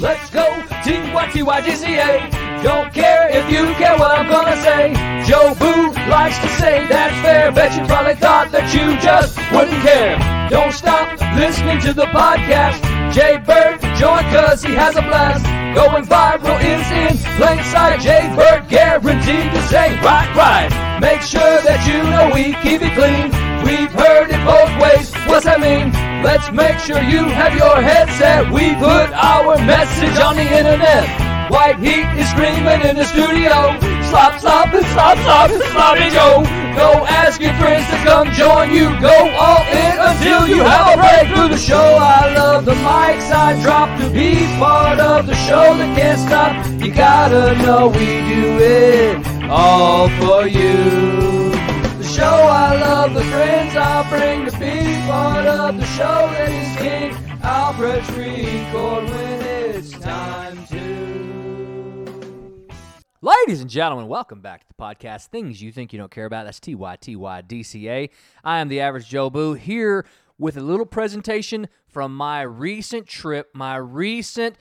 Let's go T-Y-T-Y-D-C-A. Don't care if you care what I'm gonna say. Joe Boo likes to say that's fair. Bet you probably thought that you just wouldn't care. Don't stop listening to the podcast. Jay Bird, join cause he has a blast. Going viral is in plain sight. Jay Bird guaranteed to say right, right. Make sure that you know we keep it clean. We've heard it both ways. What's that mean? Let's make sure you have your headset. We put our message on the internet. White heat is screaming in the studio. Slop, slop, and slop, slop, and sloppy Joe. Go ask your friends to come join you. Go all in until you have a break through the show. I love the mics I drop to be part of the show that can't stop. You gotta know we do it all for you. The show I love, the friends I bring to be part of the show that is king. Alfred's record when it's time to. Ladies and gentlemen, welcome back to the podcast. Things you think you don't care about. That's T Y T Y D C A. I am the average Joe Boo here with a little presentation from my recent trip, my recent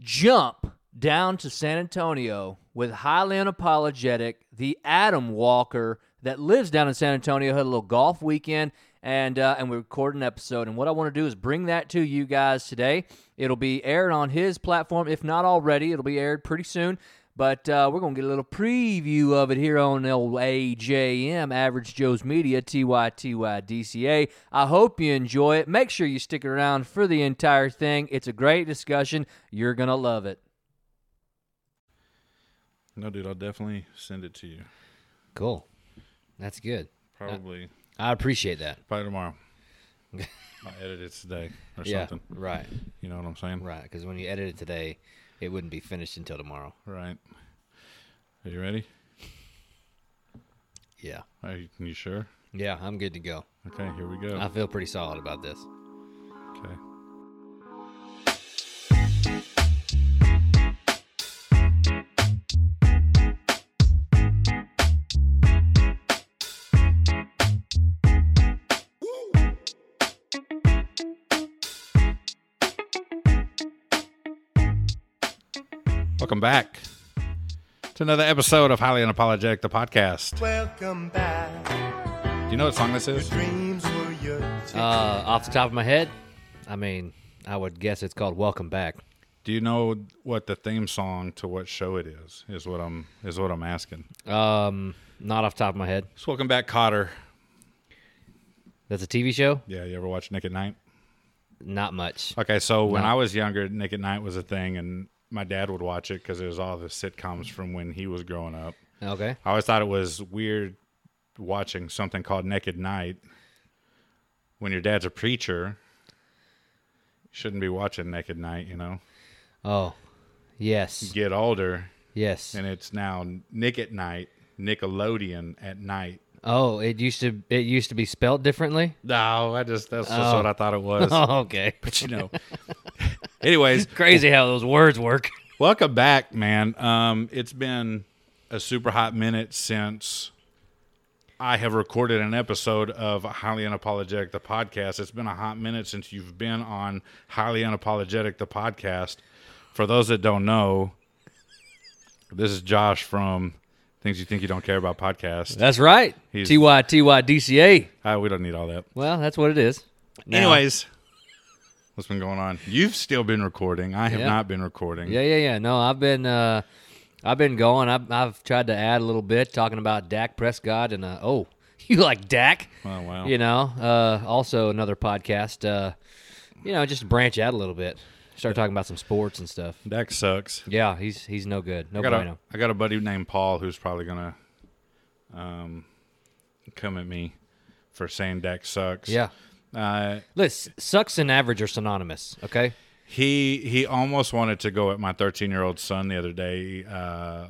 jump down to San Antonio with highly unapologetic, the Adam Walker that lives down in San Antonio. Had a little golf weekend, and uh, and we record an episode. And what I want to do is bring that to you guys today. It'll be aired on his platform, if not already. It'll be aired pretty soon. But uh, we're gonna get a little preview of it here on old AJM, Average Joe's Media, TYTYDCA. I hope you enjoy it. Make sure you stick around for the entire thing. It's a great discussion. You're gonna love it. No, dude, I'll definitely send it to you. Cool. That's good. Probably I appreciate that. probably tomorrow. I edit it today or something. Yeah. Right. You know what I'm saying? Right. Because when you edit it today, it wouldn't be finished until tomorrow. Right. Are you ready? Yeah. Are you, you sure? Yeah. I'm good to go. Okay, here we go. I feel pretty solid about this. okay. Welcome back to another episode of Highly Unapologetic, the podcast. Welcome back. Do you know what song this is? Dreams were your Uh, off the top of my head, I mean, I would guess it's called Welcome Back. Do you know what the theme song to what show it is? Is what I'm is what I'm asking. Um, not off the top of my head. It's Welcome Back, Cotter. That's a TV show. Yeah, you ever watch Nick at Night? Not much. Okay, so when No. I was younger, Nick at Night was a thing, and my dad would watch it because it was all the sitcoms from when he was growing up. Okay. I always thought it was weird watching something called Naked Night when your dad's a preacher. You shouldn't be watching Naked Night, you know. Oh, yes, Get older, yes. and it's now Nick at Night, Nickelodeon at night. Oh, it used to it used to be spelt differently. No, I just that's just Oh. what I thought it was. Oh, okay. But you know, anyways, Crazy how those words work. Welcome back, man. Um, it's been a super hot minute since I have recorded an episode of Highly Unapologetic the podcast. It's been a hot minute since you've been on Highly Unapologetic the podcast. For those that don't know, this is Josh from Things You Think You Don't Care About podcast. That's right. He's- T Y T Y D C A. Uh, we don't need all that. Well, that's what it is. Now- Anyways, what's been going on? You've still been recording. I have Yeah. not been recording. Yeah, yeah, yeah. No, I've been uh I've been going. I've I've tried to add a little bit talking about Dak Prescott and uh oh, you like Dak? Oh, wow. You know, uh also another podcast uh you know, just branch out a little bit. Start talking about some sports and stuff. That sucks. Yeah, he's he's no good. No I got bueno. a, I got a buddy named Paul who's probably gonna um, come at me for saying Dak sucks. Yeah. Uh, Listen, sucks and average are synonymous, okay? he he almost wanted to go at my 13 year old son the other day uh,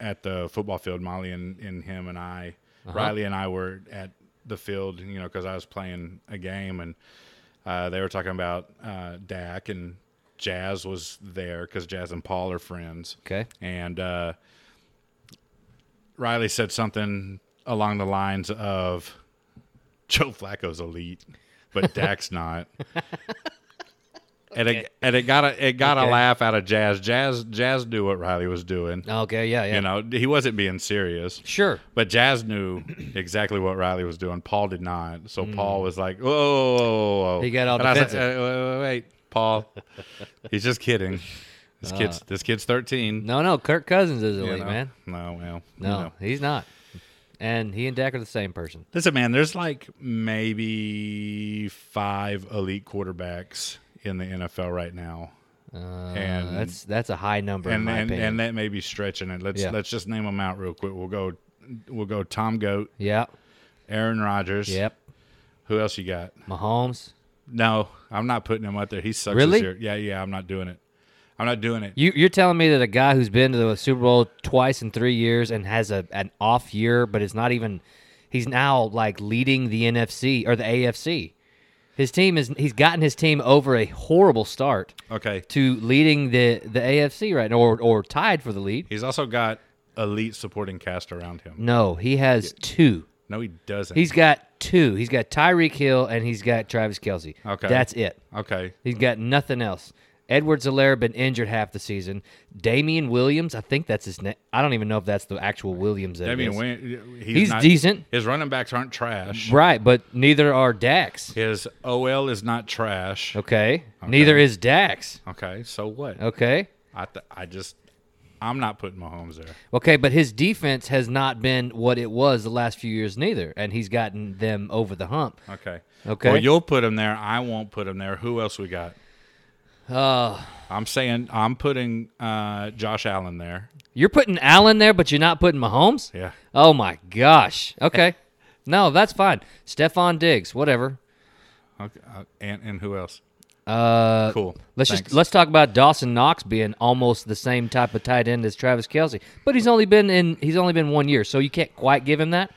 at the football field. Molly and, and him and I, Uh-huh. Riley and I were at the field, you know, because I was playing a game and uh, they were talking about uh, Dak and Jazz was there because Jazz and Paul are friends. Okay. and uh, Riley said something along the lines of Joe Flacco's elite, but Dak's not. and it and it got a it got Okay. a laugh out of Jazz. Jazz Jazz knew what Riley was doing. Okay, Oh, yeah, yeah. You know, he wasn't being serious. Sure. But Jazz knew exactly what Riley was doing. Paul did not. So Paul was like, "Whoa, whoa, whoa, whoa." Hmm. He got all and I was defensive. like, "Uh, wait, wait, wait, Paul, he's just kidding. This kid's Uh. this kid's thirteen. No, no, Kirk Cousins is you elite, know? man. No, well, you No, know. he's not. And he and Dak are the same person. Listen, man, there's like maybe five elite quarterbacks in the NFL right now, Uh, And- that's that's a high number in Mm-hmm. and my and, opinion. and that may be stretching it. Let's Yeah. let's just name them out real quick. We'll go, we'll go. Tom Goat, yeah. Aaron Rodgers. Yep. Who else you got? Mahomes. No, I'm not putting him up there. He sucks Really? this year. Yeah, yeah, I'm not doing it. I'm not doing it. You you're telling me that a guy who's been to the Super Bowl twice in three years and has a an off year, but is not even he's now like leading the NFC or the AFC. His team is he's gotten his team over a horrible start Okay. to leading the the AFC right now or, or tied for the lead. He's also got elite supporting cast around him. No, he has two. No, he doesn't. Mm. He's got two. He's got Tyreek Hill and he's got Travis Kelsey. Okay. That's it. okay. He's got nothing else. Edwards Alaire been injured half the season. Damian Williams, I think that's his name. I don't even know if that's the actual Williams. That I it mean, is. when, he's, He's not- decent. His running backs aren't trash. right? But neither are Dax. His OL is not trash. Okay. Okay. Neither is Dax. so what? Okay. I th- I just I'm not putting Mahomes there. Okay, but his defense has not been what it was the last few years, neither, and he's gotten them over the hump. Okay. Okay. Well, you'll put him there. I won't put him there. Who else we got? Uh, I'm saying I'm putting uh, Josh Allen there. you're putting Allen there, but you're not putting Mahomes. Yeah. Oh my gosh. Okay. no, that's fine. Stephon Diggs, whatever. Okay. uh, And and who else? Uh, Cool. Let's Thanks. just let's talk about Dawson Knox being almost the same type of tight end as Travis Kelsey, but he's only been in he's only been one year, so you can't quite give him that.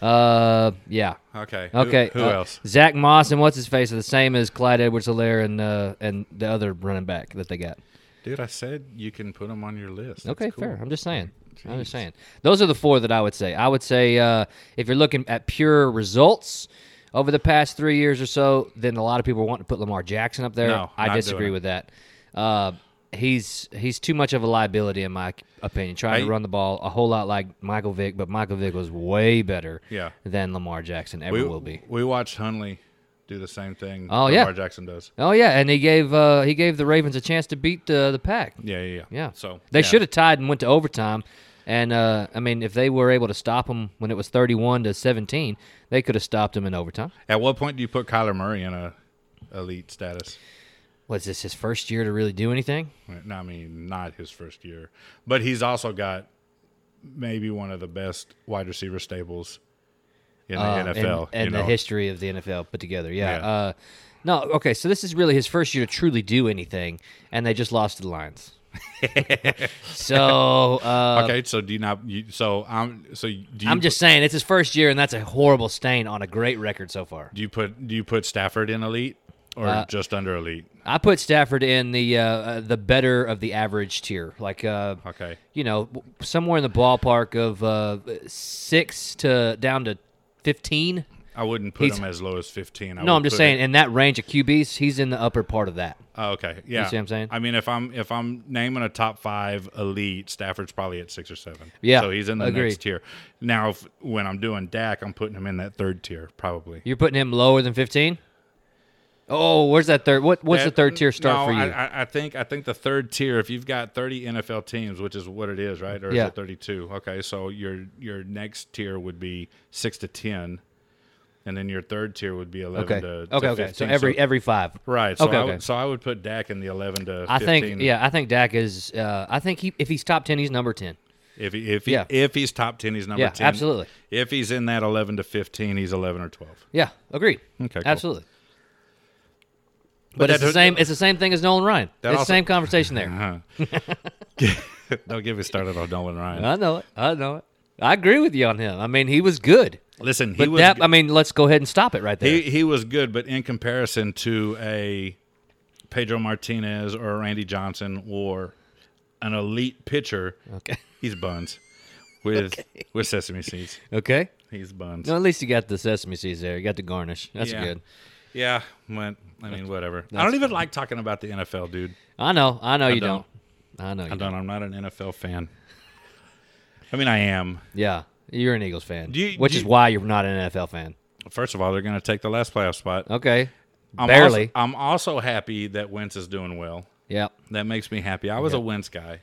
Uh, yeah. Okay. who- Okay. Who, uh, else? Zach Moss and what's his face are the same as Clyde Edwards-Helaire and uh, and the other running back that they got. Dude, I said you can put them on your list. That's Okay, cool. fair. I'm just saying. I'm just saying. Those are the four that I would say. I would say uh, if you're looking at pure results over the past three years or so, then a lot of people want to put Lamar Jackson up there. No, I not disagree doing it. with that. Uh, he's he's too much of a liability in my opinion. Trying to I- run the ball a whole lot like Michael Vick, but Michael Vick was way better Yeah. than Lamar Jackson ever We will be. We watched Hunley do the same thing. Oh, Lamar yeah. Jackson does. Oh yeah, and he gave uh, he gave the Ravens a chance to beat uh, the pack. Yeah, yeah, yeah. Yeah. So they yeah. should have tied and went to overtime. And uh, I mean, if they were able to stop them when it was thirty-one to seventeen, they could have stopped them in overtime. At what point do you put Kyler Murray in a elite status? Was this his first year to really do anything? No, I mean, not his first year, but he's also got maybe one of the best wide receiver stables in the NFL. Uh, and, and you the know? history of the NFL put together. Yeah. Yeah. Uh, no, okay, so this is really his first year to truly do anything, and they just lost to the Lions. so uh, Okay, so do you not? You, so I'm. So do you? I'm just saying, it's his first year, and that's a horrible stain on a great record so far. Do you put? Do you put Stafford in elite or Uh, just under elite? I put Stafford in the uh, uh, the better of the average tier, like uh, Okay. you know, w- somewhere in the ballpark of uh, six to down to fifteen. I wouldn't put He's- him as low as 15. I No, would I'm just put him- saying in that range of QBs, he's in the upper part of that. Oh, okay. Yeah. see what I'm saying? I mean, if I'm if I'm naming a top five elite, Stafford's probably at six or seven. Yeah, So he's in the agreed. next tier. Now, if, when I'm doing Dak, I'm putting him in that third tier probably. You're putting him lower than fifteen. Oh, where's that third? What what's the That- third tier start no, for you? I, I- I think I think the third tier. If you've got 30 NFL teams, which is what it is, right? Or Yeah. is it 32? Okay, so your your next tier would be six to 10, and then your third tier would be 11 okay, to to okay, okay. So 15. every every five. right. So okay, I okay. would, so I would put Dak in the 11 to. 15. I think yeah, I think Dak is. Uh, I think he if he's top ten, he's number ten. If he, if he, Yeah. if he's top ten, he's number Yeah, ten. absolutely. If he's in that eleven to fifteen, he's eleven or twelve. Yeah, agreed. Okay, cool. absolutely. But, But it's that- the same. It's the same thing as Nolan Ryan. It's That the also- same conversation there. Uh-huh. Don't get me started on Nolan Ryan. I know it. I know it. I agree with you on him. I mean, he was good. Listen, he But was that, um, go- I mean, let's go ahead and stop it right there. he, he was good, but in comparison to a Pedro Martinez or a Randy Johnson or an elite pitcher, okay. he's buns with with sesame seeds. Okay. He's buns. Well, at least you got the sesame seeds there. You got the garnish. That's Yeah. good. Yeah, went. I mean, whatever. I don't even like talking about the NFL, dude. I know, I know you don't. don't. I know you I don't. don't. I'm not an NFL fan. I mean, I am. Yeah, you're an Eagles fan, Do you- which do is you- why you're not an NFL fan. First of all, they're going to take the last playoff spot. Okay, I'm Uh, barely. Also, I'm also happy that Wentz is doing well. yeah. That makes me happy. I was a Wentz guy.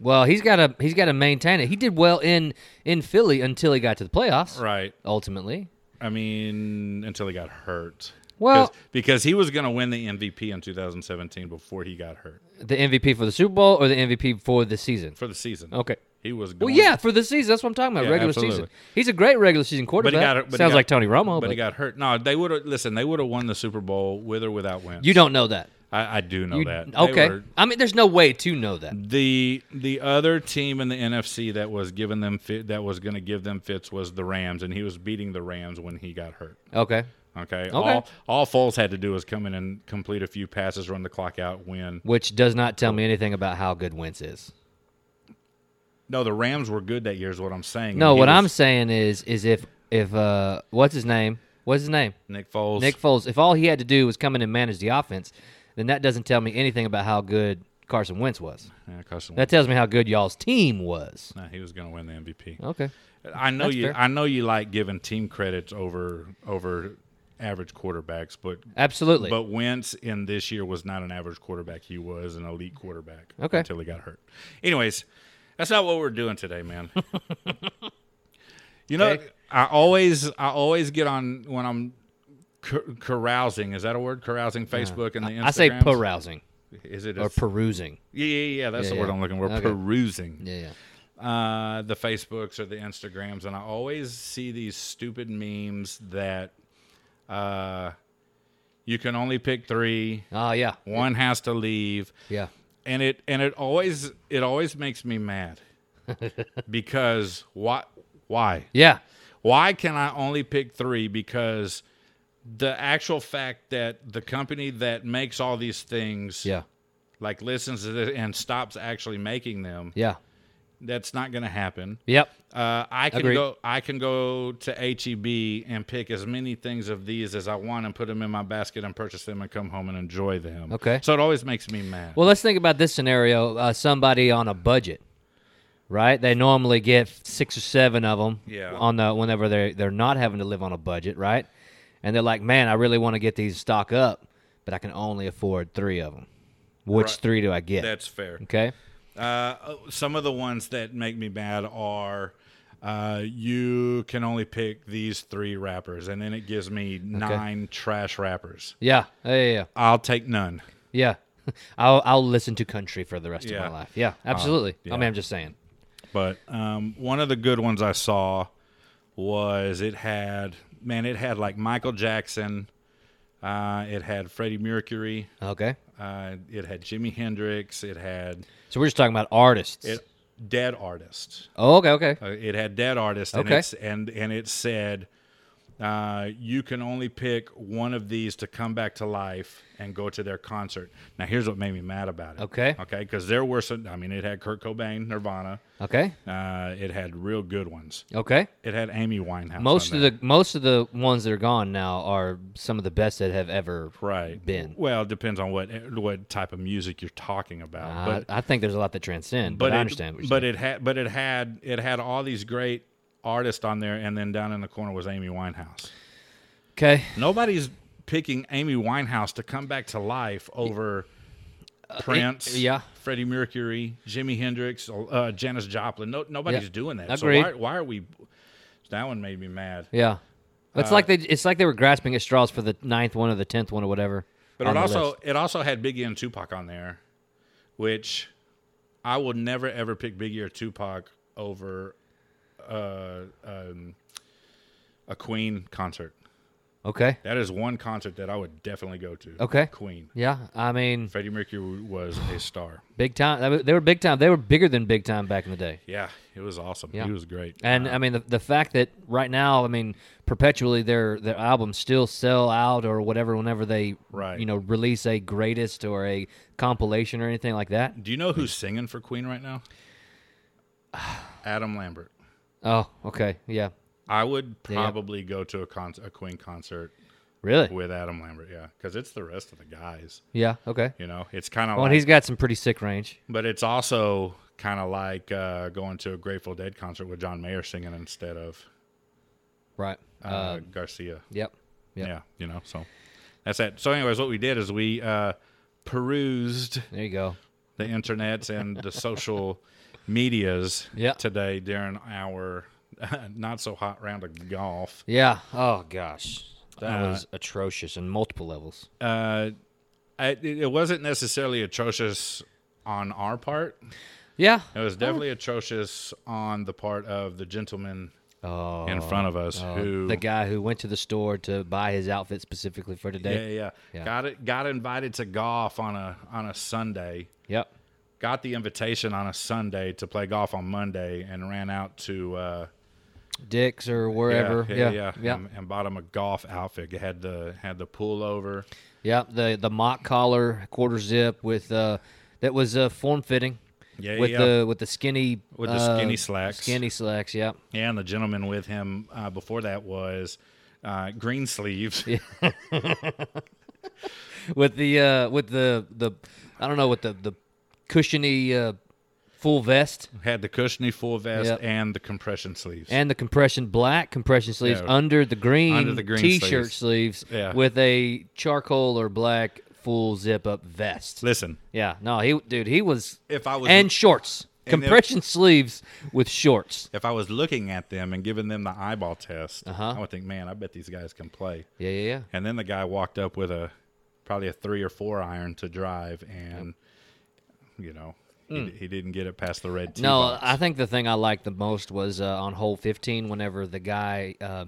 Well, he's got to he's got to maintain it. He did well in in Philly until he got to the playoffs. Right. Ultimately, I mean, until he got hurt. Well- 'Cause- because he was going to win the MVP in 2017 before he got hurt the MVP for the Super Bowl or the MVP for the season. for the season. Okay. He was Well, going yeah, for the season. That's what I'm talking about. Yeah, regular season. absolutely. He's a great regular season quarterback. But he got but he Sounds got- like Tony Romo, But, he got hurt. No, they would have listen, they would have won the Super Bowl with or without Wentz. you don't know that. I, I do know You- that. They okay. were- I mean, there's no way to know that. the the other team in the NFC that was giving them fit that was going to give them fits was the Rams and he was beating the Rams when he got hurt. Okay. Okay. All all Foles had to do was come in and complete a few passes, run the clock out, win. Which does not tell me anything about how good Wentz is. No, the Rams were good that year is what I'm saying. No, He what was- I'm saying is, is if if uh, what's his name? What's his name? Nick Foles. Nick Foles. If all he had to do was come in and manage the offense, then that doesn't tell me anything about how good Carson Wentz was. Yeah, Carson That tells me how good y'all's team was. Wentz. Nah, he was going to win the MVP. Okay. I know Oh, that's you fair. I know you like giving team credits over over average quarterbacks, but Absolutely. But Wentz in this year was not an average quarterback. He was an elite quarterback Okay. until he got hurt. Anyways, that's not what we're doing today, man. you know, Okay. I always I always get on when I'm cou- carousing. Is that a word? Carousing Facebook and the Instagram. I say perusing Is it? or A, perusing. yeah, yeah, yeah. That's Yeah, the word yeah. I'm looking. We're Okay. perusing Yeah, yeah. uh, the Facebooks or the Instagrams, and I always see these stupid memes that uh, you can only pick three Oh, yeah. one has to leave Yeah. and it and it always it always makes me mad because why why Yeah. why can i only pick 3 because the actual fact that the company that makes all these things Yeah. like listens to this and stops actually making them Yeah. that's not going to happen Yep. uh, I can Agreed. go. I can go to HEB and pick as many things of these as I want and put them in my basket and purchase them and come home and enjoy them. Okay. So it always makes me mad. Well, let's think about this scenario. Uh, somebody on a budget, right? They normally get six or seven of them Yeah. on the whenever they they're not having to live on a budget, right? And they're like, "Man, I really want to get these stock up, but I can only afford three of them. Which Right. three do I get?" That's fair. okay. Uh, some of the ones that make me mad are uh, you can only pick these three rappers, and then it gives me nine trash rappers. Yeah. Yeah. Yeah. I'll take none. Yeah. yeah. I'll I'll listen to country for the rest Yeah. Uh, of my life. Yeah. Absolutely. yeah. I mean, I'm just saying. But um, one of the good ones I saw was it had man, it had like Michael Jackson, uh, it had Freddie Mercury, Okay. uh, it had Jimi Hendrix, it had So we're just talking about artists. it, dead artists. oh, okay. Okay. Uh, it had dead artists, and Okay. it's, and and it said, uh, "You can only pick one of these to come back to life and go to their concert." Now, here's what made me mad about it. Okay. okay, because there were some. I mean, it had Kurt Cobain, Nirvana. Okay. Uh, it had real good ones. Okay. It had Amy Winehouse. Most on of there. the most of the ones that are gone now are some of the best that have ever right been. Well, it depends on what what type of music you're talking about. I- but I, think there's a lot that transcend, but, but I it, understand. What you're but saying. it had but it had it had all these great artists on there, and then down in the corner was Amy Winehouse. okay, Nobody's picking Amy Winehouse to come back to life over Prince, Uh, yeah. Freddie Mercury, Jimi Hendrix, uh, Janis Joplin. No, nobody's Yeah. doing that. Agreed. So why, why are we? That one made me mad. yeah, Uh, it's like they it's like they were grasping at straws for the ninth one or the tenth one or whatever. But on it the also list. it also had Biggie and Tupac on there, which I will never ever pick Biggie or Tupac over uh, um, a Queen concert. okay, That is one concert that I would definitely go to. Okay. Queen. yeah, I mean, Freddie Mercury was a star. big time. They were- They were big time. They were bigger than big time back in the day. Yeah, it was awesome. Yeah. He was great. And I mean the, the fact that right now, I mean, perpetually their their albums still sell out or whatever whenever they Right. you know release a greatest or a compilation or anything like that. Do you know who's singing for Queen right now? Adam Lambert. Oh, okay, yeah. I would Yeah, yeah. probably go to a, con- a Queen concert Really? with Adam Lambert. Yeah, because it's the rest of the guys. Yeah. Okay. You know, it's kind of Well, like, and he's got some pretty sick range. but it's also kind of like uh, going to a Grateful Dead concert with John Mayer singing instead of Right. uh, Garcia. Yep. Yep. Yeah, you know, so that's that. So, anyways, what we did is we uh, perused There you go. the internets and the social medias Yeah. today during our not so hot round of golf. Yeah. Oh gosh, that Uh, was atrocious on multiple levels. Uh, I, it it wasn't necessarily atrocious on our part. Yeah. It was definitely atrocious on the part of the gentleman Oh. in front of us oh, who the guy who went to the store to buy his outfit specifically for yeah, today. yeah, Yeah. got it got invited to golf on a on a Sunday. Yep. got the invitation on a Sunday to play golf on Monday and ran out to uh, Dicks or wherever. Yeah. yeah, yeah, um, And, and bought him a golf outfit. It had the had the pullover. Yeah, the the mock collar quarter zip with uh that was uh, form fitting. Yeah, with yeah. the with the skinny With the uh, skinny slacks. Skinny slacks, yeah. Yeah, and the gentleman with him uh, before that was uh, green sleeves. With the uh with the the I don't know with the the cushiony uh full vest had the cushiony full vest Yep. and the compression sleeves. and the compression black compression sleeves Yeah. under the green Under the green t-shirt sleeves. sleeves Yeah. with a charcoal or black full zip up vest. Listen, Yeah, no, he dude, he was if I was and shorts. And then- Compression sleeves with shorts. if I was looking at them and giving them the eyeball test, Uh-huh. I would think, man, I bet these guys can play. Yeah, yeah, yeah. And then the guy walked up with a probably a three or four iron to drive, and you know he, he didn't get it past the red tee Hmm. No, box. I think the thing I liked the most was uh, on hole 15 whenever the guy uh,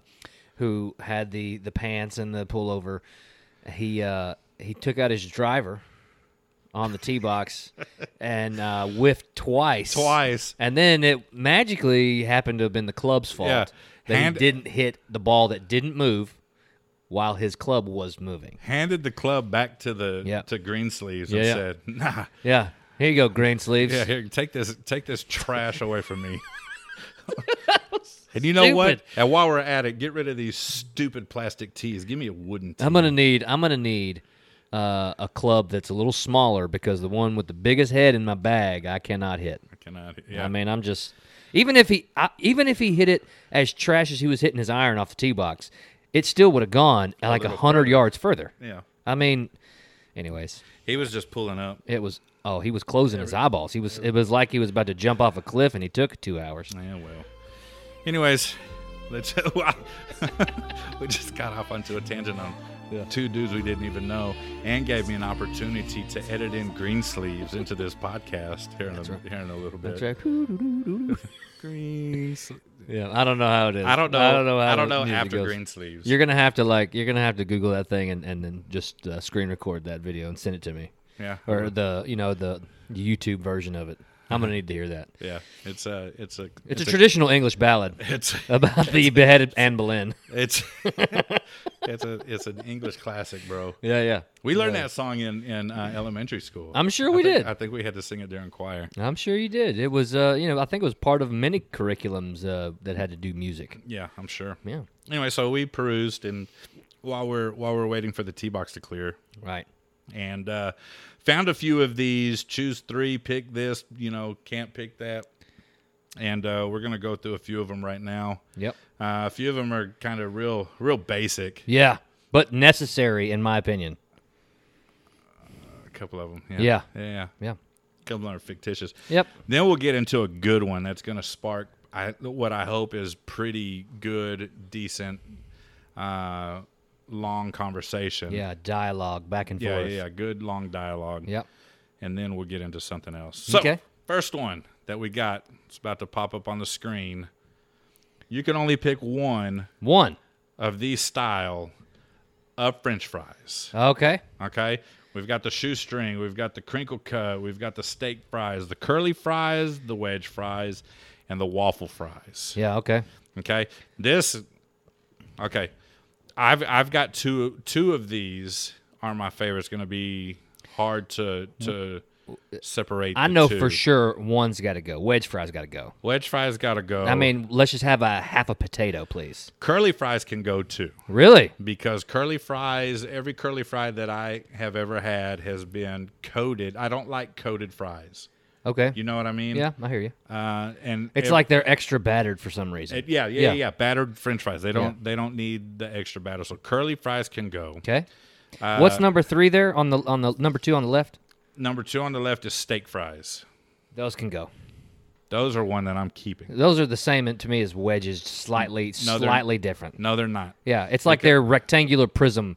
who had the, the pants and the pullover, he uh, he took out his driver on the tee box and uh, whiffed twice. Twice. And then it magically happened to have been the club's fault Yeah. that Hand- he didn't hit the ball that didn't move while his club was moving. handed the club back to the Yeah. to Greensleeves Yeah, and yeah. said, "Nah, Yeah. Here you go, green sleeves. yeah, here, take this take this trash away from me." and you know what? Stupid. And while we're at it, get rid of these stupid plastic tees. Give me a wooden tee. I'm gonna need I'm gonna need uh, a club that's a little smaller because the one with the biggest head in my bag I cannot hit. I cannot. Yeah. I mean I'm just even if he I, even if he hit it as trash as he was hitting his iron off the tee box, it still would have gone like a little hundred yards further. yeah. I mean, anyways, He was just pulling up. it was oh he was closing his eyeballs. He was it was like he was about to jump off a cliff and he took two hours. Yeah, well. Anyways, let's. we just got off onto a tangent on two dudes we didn't even know, and gave me an opportunity to edit in green sleeves into this podcast here in, a, here in a little bit. That's right. Yeah, I don't know how it is. I don't know. I don't know. How I don't the know music after goes. green sleeves. You're gonna have to like you're gonna have to Google that thing and, and then just uh, screen record that video and send it to me. Yeah. Or the you know the YouTube version of it. I'm gonna need to hear that. yeah, it's a it's a It's, a, traditional English ballad It's about the beheaded Anne Boleyn. it's it's a it's an English classic, bro. Yeah, yeah. We learned Yeah. that song in in uh, elementary school. I'm sure I we think- did. I think we had to sing it during choir. I'm sure you did. It was uh you know I think it was part of many curriculums uh, that had to do music. Yeah, I'm sure. Yeah. Anyway, so we perused, and while we're while we're waiting for the tee box to clear, Right. and uh, found a few of these. Choose three, pick this. You know, can't pick that. And uh, we're gonna go through a few of them right now. Yep. Uh, a few of them are kind of real, real basic. Yeah, but necessary in my opinion. A couple of them. Yeah. Yeah. Yeah. Yeah. A couple are fictitious. Yep. Then we'll get into a good one that's going to spark I, what I hope is pretty good, decent, uh, long conversation. Yeah. Dialogue back and Yeah, forth. yeah, yeah. Good long dialogue. Yep. And then we'll get into something else. So, Okay. first one that we got, it's about to pop up on the screen. You can only pick one One. of these style of french fries. Okay. Okay. We've got the shoestring, we've got the crinkle cut, we've got the steak fries, the curly fries, the wedge fries, and the waffle fries. Yeah. Okay. Okay. This okay. I've I've got two two of these are my favorites gonna be hard to to separate. I the know two. for sure one's got to go. Wedge fries got to go. Wedge fries got to go. I mean, let's just have a half a potato, please. curly fries can go too Really? because curly fries, every curly fry that I have ever had has been coated. I don't like coated fries. Okay. You know what I mean? yeah, I hear you. Uh, and It's ev- like they're extra battered for some reason. it- yeah, yeah, yeah, Yeah. Battered French fries. They don't. They don't need the extra batter. So curly fries can go. okay. uh, What's number three there on the on the number two on the left? Number two on the left is steak fries. Those can go. Those are one that I'm keeping. Those are the same to me as wedges, slightly No, they're- slightly different. No, they're not. Yeah, it's like they're rectangular prism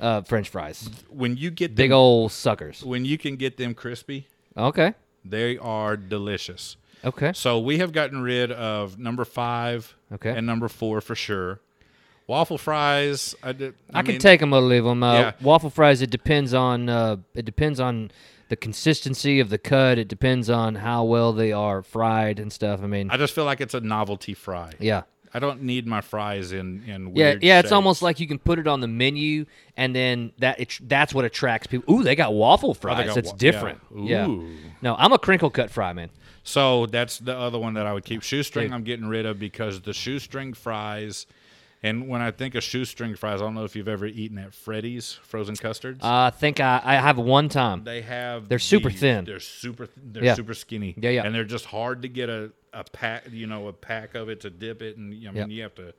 uh, French fries. When you get them, Big old suckers. when you can get them crispy, Okay. they are delicious. Okay. So we have gotten rid of number five Okay. and number four for sure. Waffle fries. I, did, I, can mean, take them or leave them. Uh, Yeah. Waffle fries. It depends on. Uh, it depends on the consistency of the cut. It depends on how well they are fried and stuff. I mean, I just feel like it's a novelty fry. yeah, I don't need my fries in in yeah, weird yeah. It's shapes. almost like you can put it on the menu, and then that it, that's what attracts people. Ooh, they got waffle fries. Oh, got it's wa- different. yeah. Yeah. Ooh. No, I'm a crinkle cut fry man. So that's the other one that I would keep. Shoestring, Dude. I'm getting rid of because the shoestring fries. And when I think of shoestring fries, I don't know if you've ever eaten at Freddy's frozen custards. I think I, I have one time. they have Uh, they're super these- thin. They're super th- they're Yeah. super skinny. Yeah, yeah. And they're just hard to get a, a pack, you know, a pack of it to dip it and I mean Yep. you have to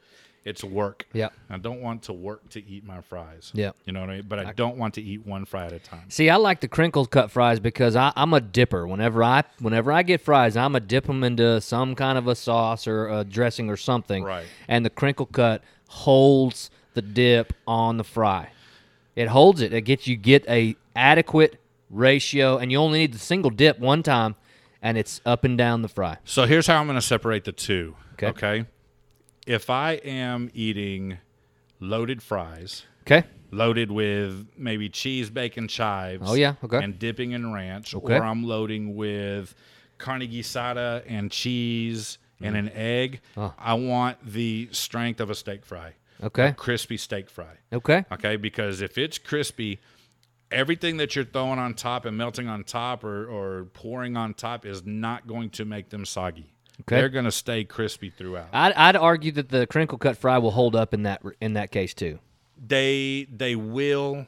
it's work. Yeah. I don't want to work to eat my fries. Yeah. You know what I mean? But I don't want to eat one fry at a time. See, I like the crinkle cut fries because I, I'm a dipper. Whenever I whenever I get fries, I'm a dip them into some kind of a sauce or a dressing or something. Right. And the crinkle cut holds the dip on the fry. It holds it. It gets you get a adequate ratio, and you only need the single dip one time, and it's up and down the fry. So here's how I'm going to separate the two. Okay. Okay. If I am eating loaded fries, Okay. loaded with maybe cheese, bacon, chives. Oh, yeah, okay. And dipping in ranch, Okay. or I'm loading with Carnegie Sada and cheese Mm. and an egg. I want the strength of a steak fry, Okay. crispy steak fry. Okay. Okay, because if it's crispy, everything that you're throwing on top and melting on top or, or pouring on top is not going to make them soggy. Okay. Uh, They're going to stay crispy throughout. I'd, I'd argue that the crinkle cut fry will hold up in that in that case too. they they will,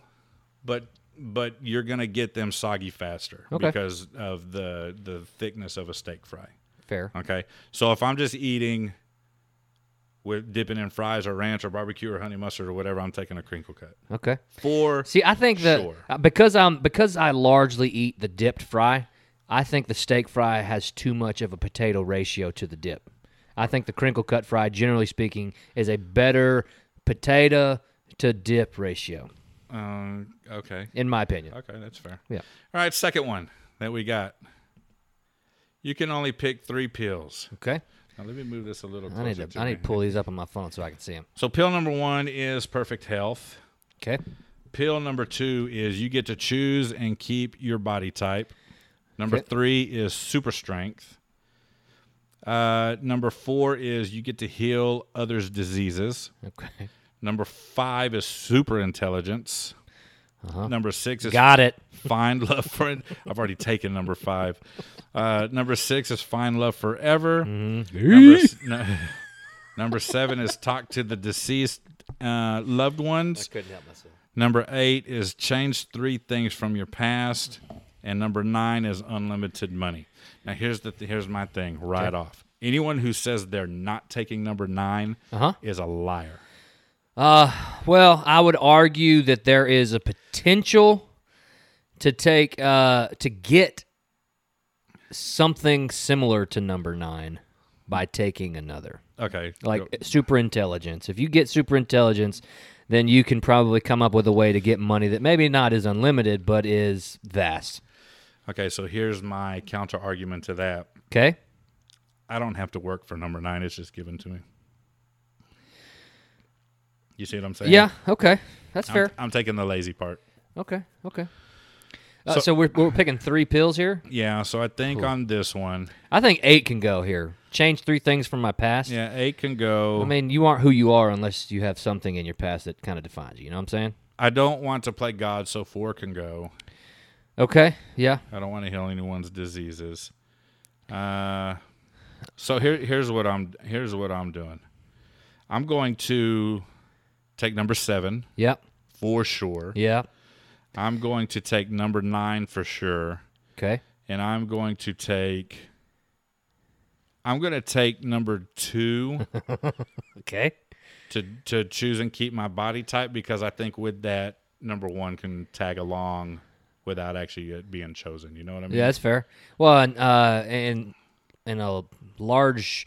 but but you're going to get them soggy faster Okay. because of the the thickness of a steak fry. Fair. Okay, so if I'm just eating with dipping in fries or ranch or barbecue or honey mustard or whatever, I'm taking a crinkle cut. Okay. For See, I think that Sure. uh, because I'm because I largely eat the dipped fry, I think the steak fry has too much of a potato ratio to the dip. I think the crinkle cut fry, generally speaking, is a better potato to dip ratio, um, okay, in my opinion. Okay, that's fair. Yeah. All right, second one that we got. You can only pick three pills. Okay. Now let me move this a little I closer. need to to I me. need to pull these up on my phone so I can see them. So pill number one is perfect health. Okay. Pill number two is you get to choose and keep your body type. Number Okay. three is super strength. Uh, number four is you get to heal others' diseases. Okay. Number five is super intelligence. Number six is Uh-huh. Got it. find love for I've already taken number five. Uh, number six is find love forever. Mm-hmm. Number, s- no- number seven is talk to the deceased uh, loved ones. Couldn't help myself. Number eight is change three things from your past, and number nine is unlimited money. Now here's the th- here's my thing right off. Anyone who says they're not taking number 9 Uh-huh. is a liar. Well, I would argue that there is a potential to take uh, to get something similar to number nine by taking another, Okay, like go- super intelligence. If you get super intelligence, then you can probably come up with a way to get money that maybe not is unlimited, but is vast. okay. So here's my counter argument to that. Okay, I don't have to work for number nine. It's just given to me. You see what I'm saying? yeah, okay, that's I'm, fair. I'm taking the lazy part. Okay, okay. Uh, So- so we're we're picking three pills here. Yeah. So I think on this one, I think eight can go here. Change three things from my past. yeah, eight can go. I mean, you aren't who you are unless you have something in your past that kind of defines you. You know what I'm saying? I don't want to play God, so four can go. Okay. Yeah. I don't want to heal anyone's diseases. Uh, so here, here's what I'm here's what I'm doing. I'm going to take number seven Yep. for sure. Yeah. I'm going to take number nine for sure, Okay. and I'm going to take. I'm going to take number two Okay. to to choose and keep my body type because I think with that number one can tag along without actually it being chosen. You know what I mean? Yeah, that's fair. Well, and uh, in in a large,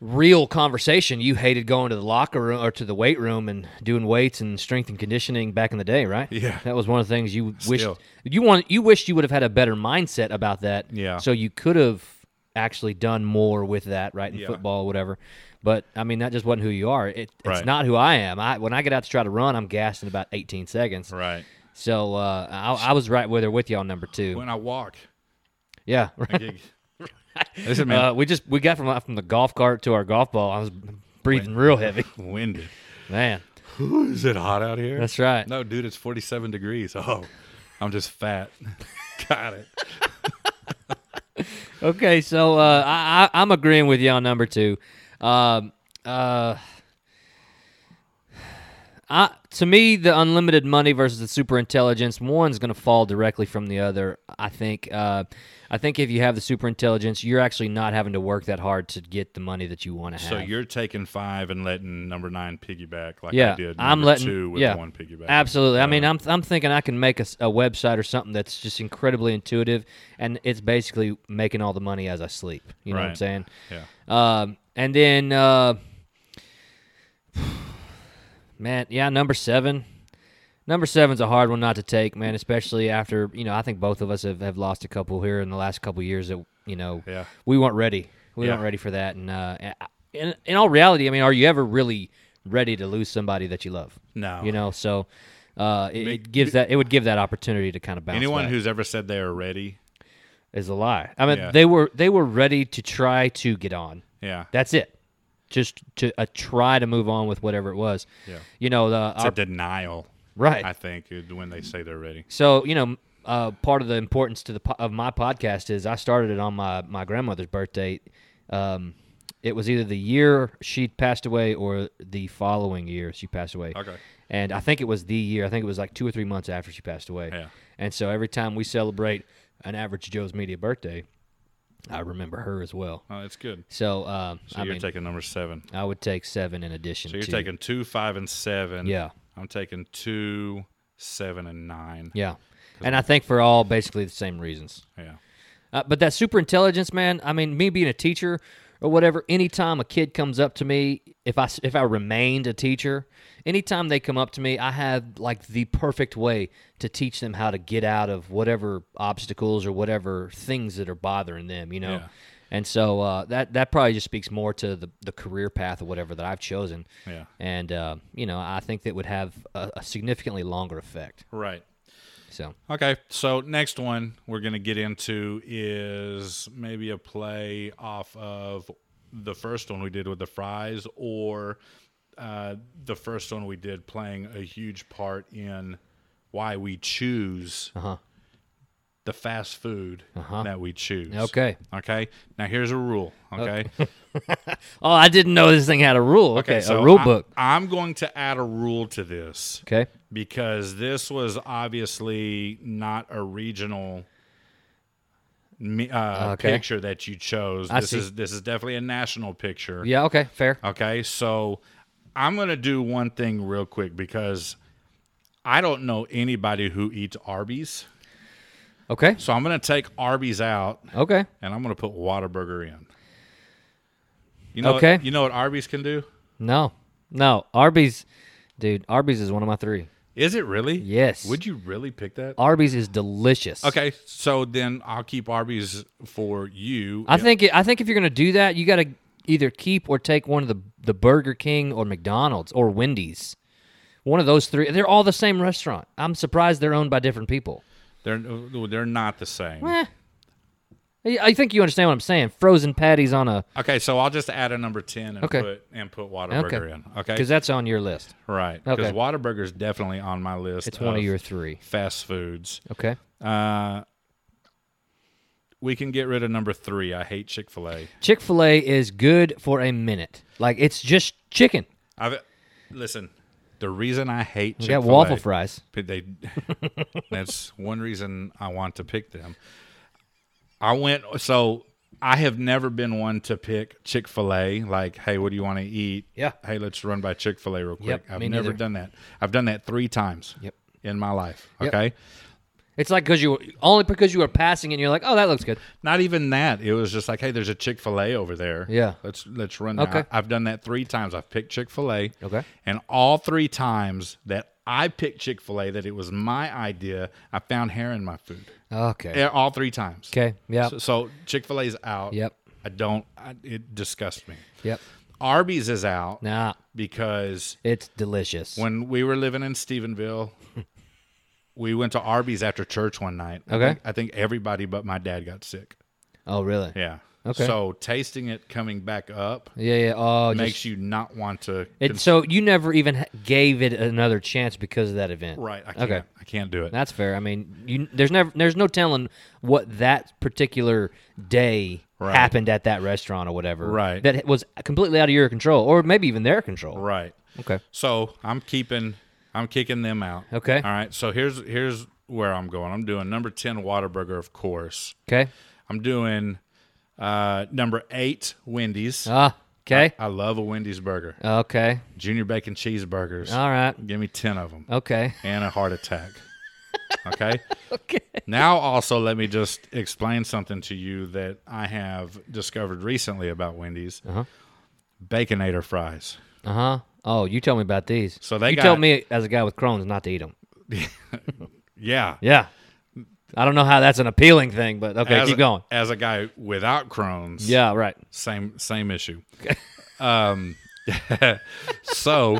real conversation, you hated going to the locker room or to the weight room and doing weights and strength and conditioning back in the day, right? Yeah. that was one of the things you wished Still. you want. You wished you would have had a better mindset about that. Yeah. so you could have actually done more with that, right? In Yeah. football, whatever. But I mean, that just wasn't who you are. It, it's Right. not who I am. I when I get out to try to run, I'm gassed in about 18 seconds. Right. So uh, I, I was right with her with you on number two. When I walk, yeah, I get- listen, man, Uh, we just we got from from the golf cart to our golf ball. I was breathing real heavy, windy. man. Is it hot out here? That's right. No, dude, it's 47 degrees. Oh, I'm just fat. Got it. Okay, so uh, I, I I'm agreeing with you on number two. Um, uh, I, to me, the unlimited money versus the super intelligence, one's going to fall directly from the other. I think. Uh, I think if you have the super intelligence, you're actually not having to work that hard to get the money that you want to have. So you're taking five and letting number nine piggyback like I yeah, did. I'm number letting two with yeah, one piggyback. Absolutely. I mean, I'm I'm thinking I can make a, s- a website or something that's just incredibly intuitive, and it's basically making all the money as I sleep. You know what I'm Right. saying? Yeah. Um, and then, uh, man, yeah, number seven. Number seven's a hard one not to take, man, especially after, you know, I think both of us have, have lost a couple here in the last couple years that, you know, Yeah. we weren't ready. We Yeah. weren't ready for that. And uh, in, in all reality, I mean, are you ever really ready to lose somebody that you love? No. You know, so uh, it, it gives that, it would give that opportunity to kind of bounce Anyone back who's ever said they are ready, is a lie. I mean, Yeah. they were they were ready to try to get on. yeah, That's it. Just to uh, try to move on with whatever it was. Yeah. You know the it's our- a denial. right. I think is when they say they're ready. so you know uh, part of the importance to the po- of my podcast is I started it on my my grandmother's birthday. Um, it was either the year she passed away or the following year she passed away. Okay. And I think it was the year. I think it was like two or three months after she passed away. Yeah. And so every time we celebrate an average Joe's Media birthday, I remember her as well. Oh, that's good. So, um, So I you're mean, taking number seven. I would take seven in addition. So you're to, taking two, five, and seven. Yeah. I'm taking two, seven, and nine. Yeah. And I think for all basically the same reasons. Yeah. Uh, but that super intelligence, man, I mean, me being a teacher or whatever, anytime a kid comes up to me, if I, s- if I remained a teacher, anytime they come up to me, I have like the perfect way to teach them how to get out of whatever obstacles or whatever things that are bothering them, you know? Yeah. And so uh, that that probably just speaks more to the, the career path or whatever that I've chosen. Yeah. And, uh, you know, I think that would have a, a significantly longer effect. Right. So, Okay, so next one we're going to get into is maybe a play off of the first one we did with the fries or uh, the first one we did playing a huge part in why we choose Uh-huh. the fast food that we choose. Okay. Okay, now here's a rule. Okay. oh, I didn't know this thing had a rule. Okay. so a rule I- book. I'm going to add a rule to this. Okay. because this was obviously not a regional me- uh, Okay. picture that you chose. I this see. is this is definitely a national picture. Yeah. Okay. Fair. Okay, so I'm gonna do one thing real quick because I don't know anybody who eats Arby's, Okay. so I'm gonna take Arby's out Okay. and I'm gonna put Whataburger in. You know, Okay. you know what Arby's can do? No. No. Arby's, dude. Arby's is one of my three. Is it really? Yes. Would you really pick that? Arby's is delicious. Okay, so then I'll keep Arby's for you. I think I think if you're gonna do that, you gotta either keep or take one of the the Burger King or McDonald's or Wendy's. One of those three. They're all the same restaurant. I'm surprised they're owned by different people. they're they're not the same. Eh, I I think you understand what I'm saying. Frozen patties on a Okay, so I'll just add a number ten and Okay. put and put Whataburger okay, in. Okay, because that's on your list. right? Because okay. Whataburger is definitely on my list. It's one of of your three. fast foods. Okay, Uh, we can get rid of number three. I hate Chick Fil A. Chick Fil A is good for a minute. Like it's just chicken. I've listen. The reason I hate You Chick got Fil A waffle fries. But they that's one reason I want to pick them. I went so I have never been one to pick Chick Fil A. Like, hey, what do you want to eat? Yeah. Hey, let's run by Chick Fil A real quick. Yep, I've me never neither. done that. I've done that three times. Yep. In my life. Yep. Okay. It's like because you only because you were passing it and you're like, oh, that looks good. Not even that. It was just like, hey, there's a Chick Fil A over there. Yeah. Let's let's run. Okay. That. I've done that three times. I've picked Chick Fil A. Okay. And all three times that I picked Chick Fil A, that it was my idea. I found hair in my food. Okay. Yeah, all three times. Okay. Yep. So, so Chick Fil A's out. Yep. I don't. I, it disgusts me. Yep. Arby's is out Nah, because it's delicious. when we were living in Stephenville, we went to Arby's after church one night. I Okay. think, I think everybody but my dad got sick. oh, really? Yeah. Okay. So tasting it coming back up Yeah. Yeah. Oh, just- makes you not want to. It, cons- so you never even h- gave it another chance because of that event, right. I can't. Okay, I can't do it. that's fair. I mean, you there's never there's no telling what that particular day Right. happened at that restaurant or whatever, Right. That was completely out of your control, or maybe even their control. right. Okay. So I'm keeping, I'm kicking them out. Okay. All right. So here's here's where I'm going. I'm doing number ten Waterburger, of course. Okay. I'm doing uh, number eight Wendy's. Ah. Okay. I love a Wendy's burger. okay. Junior bacon cheeseburgers. All right. Oh. Give me ten of them Okay. and a heart attack. okay. Okay. Now, also, let me just explain something to you that I have discovered recently about Wendy's. Uh-huh. Baconator fries. Uh huh. Oh, you tell me about these. So they you got- told me as a guy with Crohn's not to eat them. Yeah. Yeah. I don't know how that's an appealing thing, but okay, As keep a- going. As a guy without Crohn's. Yeah. Right. same same issue. um, so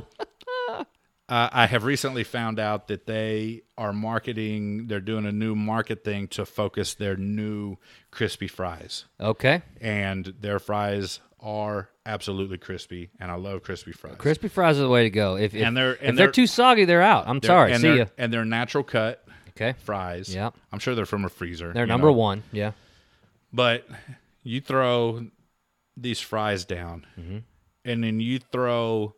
uh, I have recently found out that they are marketing. They're doing a new market thing to focus their new crispy fries, Okay. and their fries are absolutely crispy, and I love crispy fries. Crispy fries are the way to go. If if, And they're- if and they're, they're- too soggy, they're out. I'm They're- sorry. and See they're- ya. And they're natural cut Okay. fries. Yep. I'm sure they're from a freezer. They're you number know. one. Yeah. but you throw these fries down Mm-hmm. and then you throw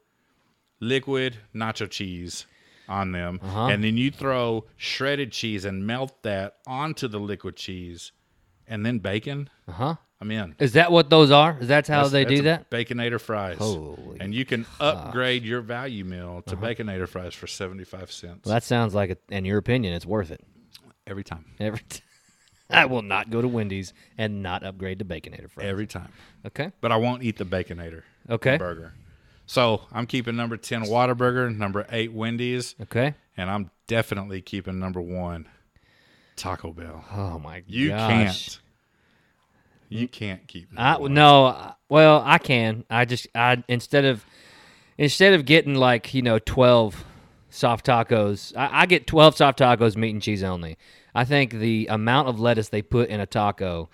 liquid nacho cheese on them Uh-huh. and then you throw shredded cheese and melt that onto the liquid cheese and then bacon Uh huh. i'm in Is that what those are? Is that how That's- they do that's that? a baconator fries Holy Uh-huh. and you can upgrade your value meal to baconator fries for 75 cents Well, that sounds like, a, in your opinion, it's worth it. every time Every t- I will not go to Wendy's and not upgrade to Baconator fries. every time okay. but i won't eat the baconator Okay. burger so i'm keeping number 10 Whataburger, number 8 wendy's Okay. and I'm definitely keeping number one Taco Bell. Oh my You gosh. can't. You can't keep. I number one. no. I- Well, I can. I just I instead of instead of getting like you know twelve soft tacos, I, I get twelve soft tacos, meat and cheese only. I think the amount of lettuce they put in a taco,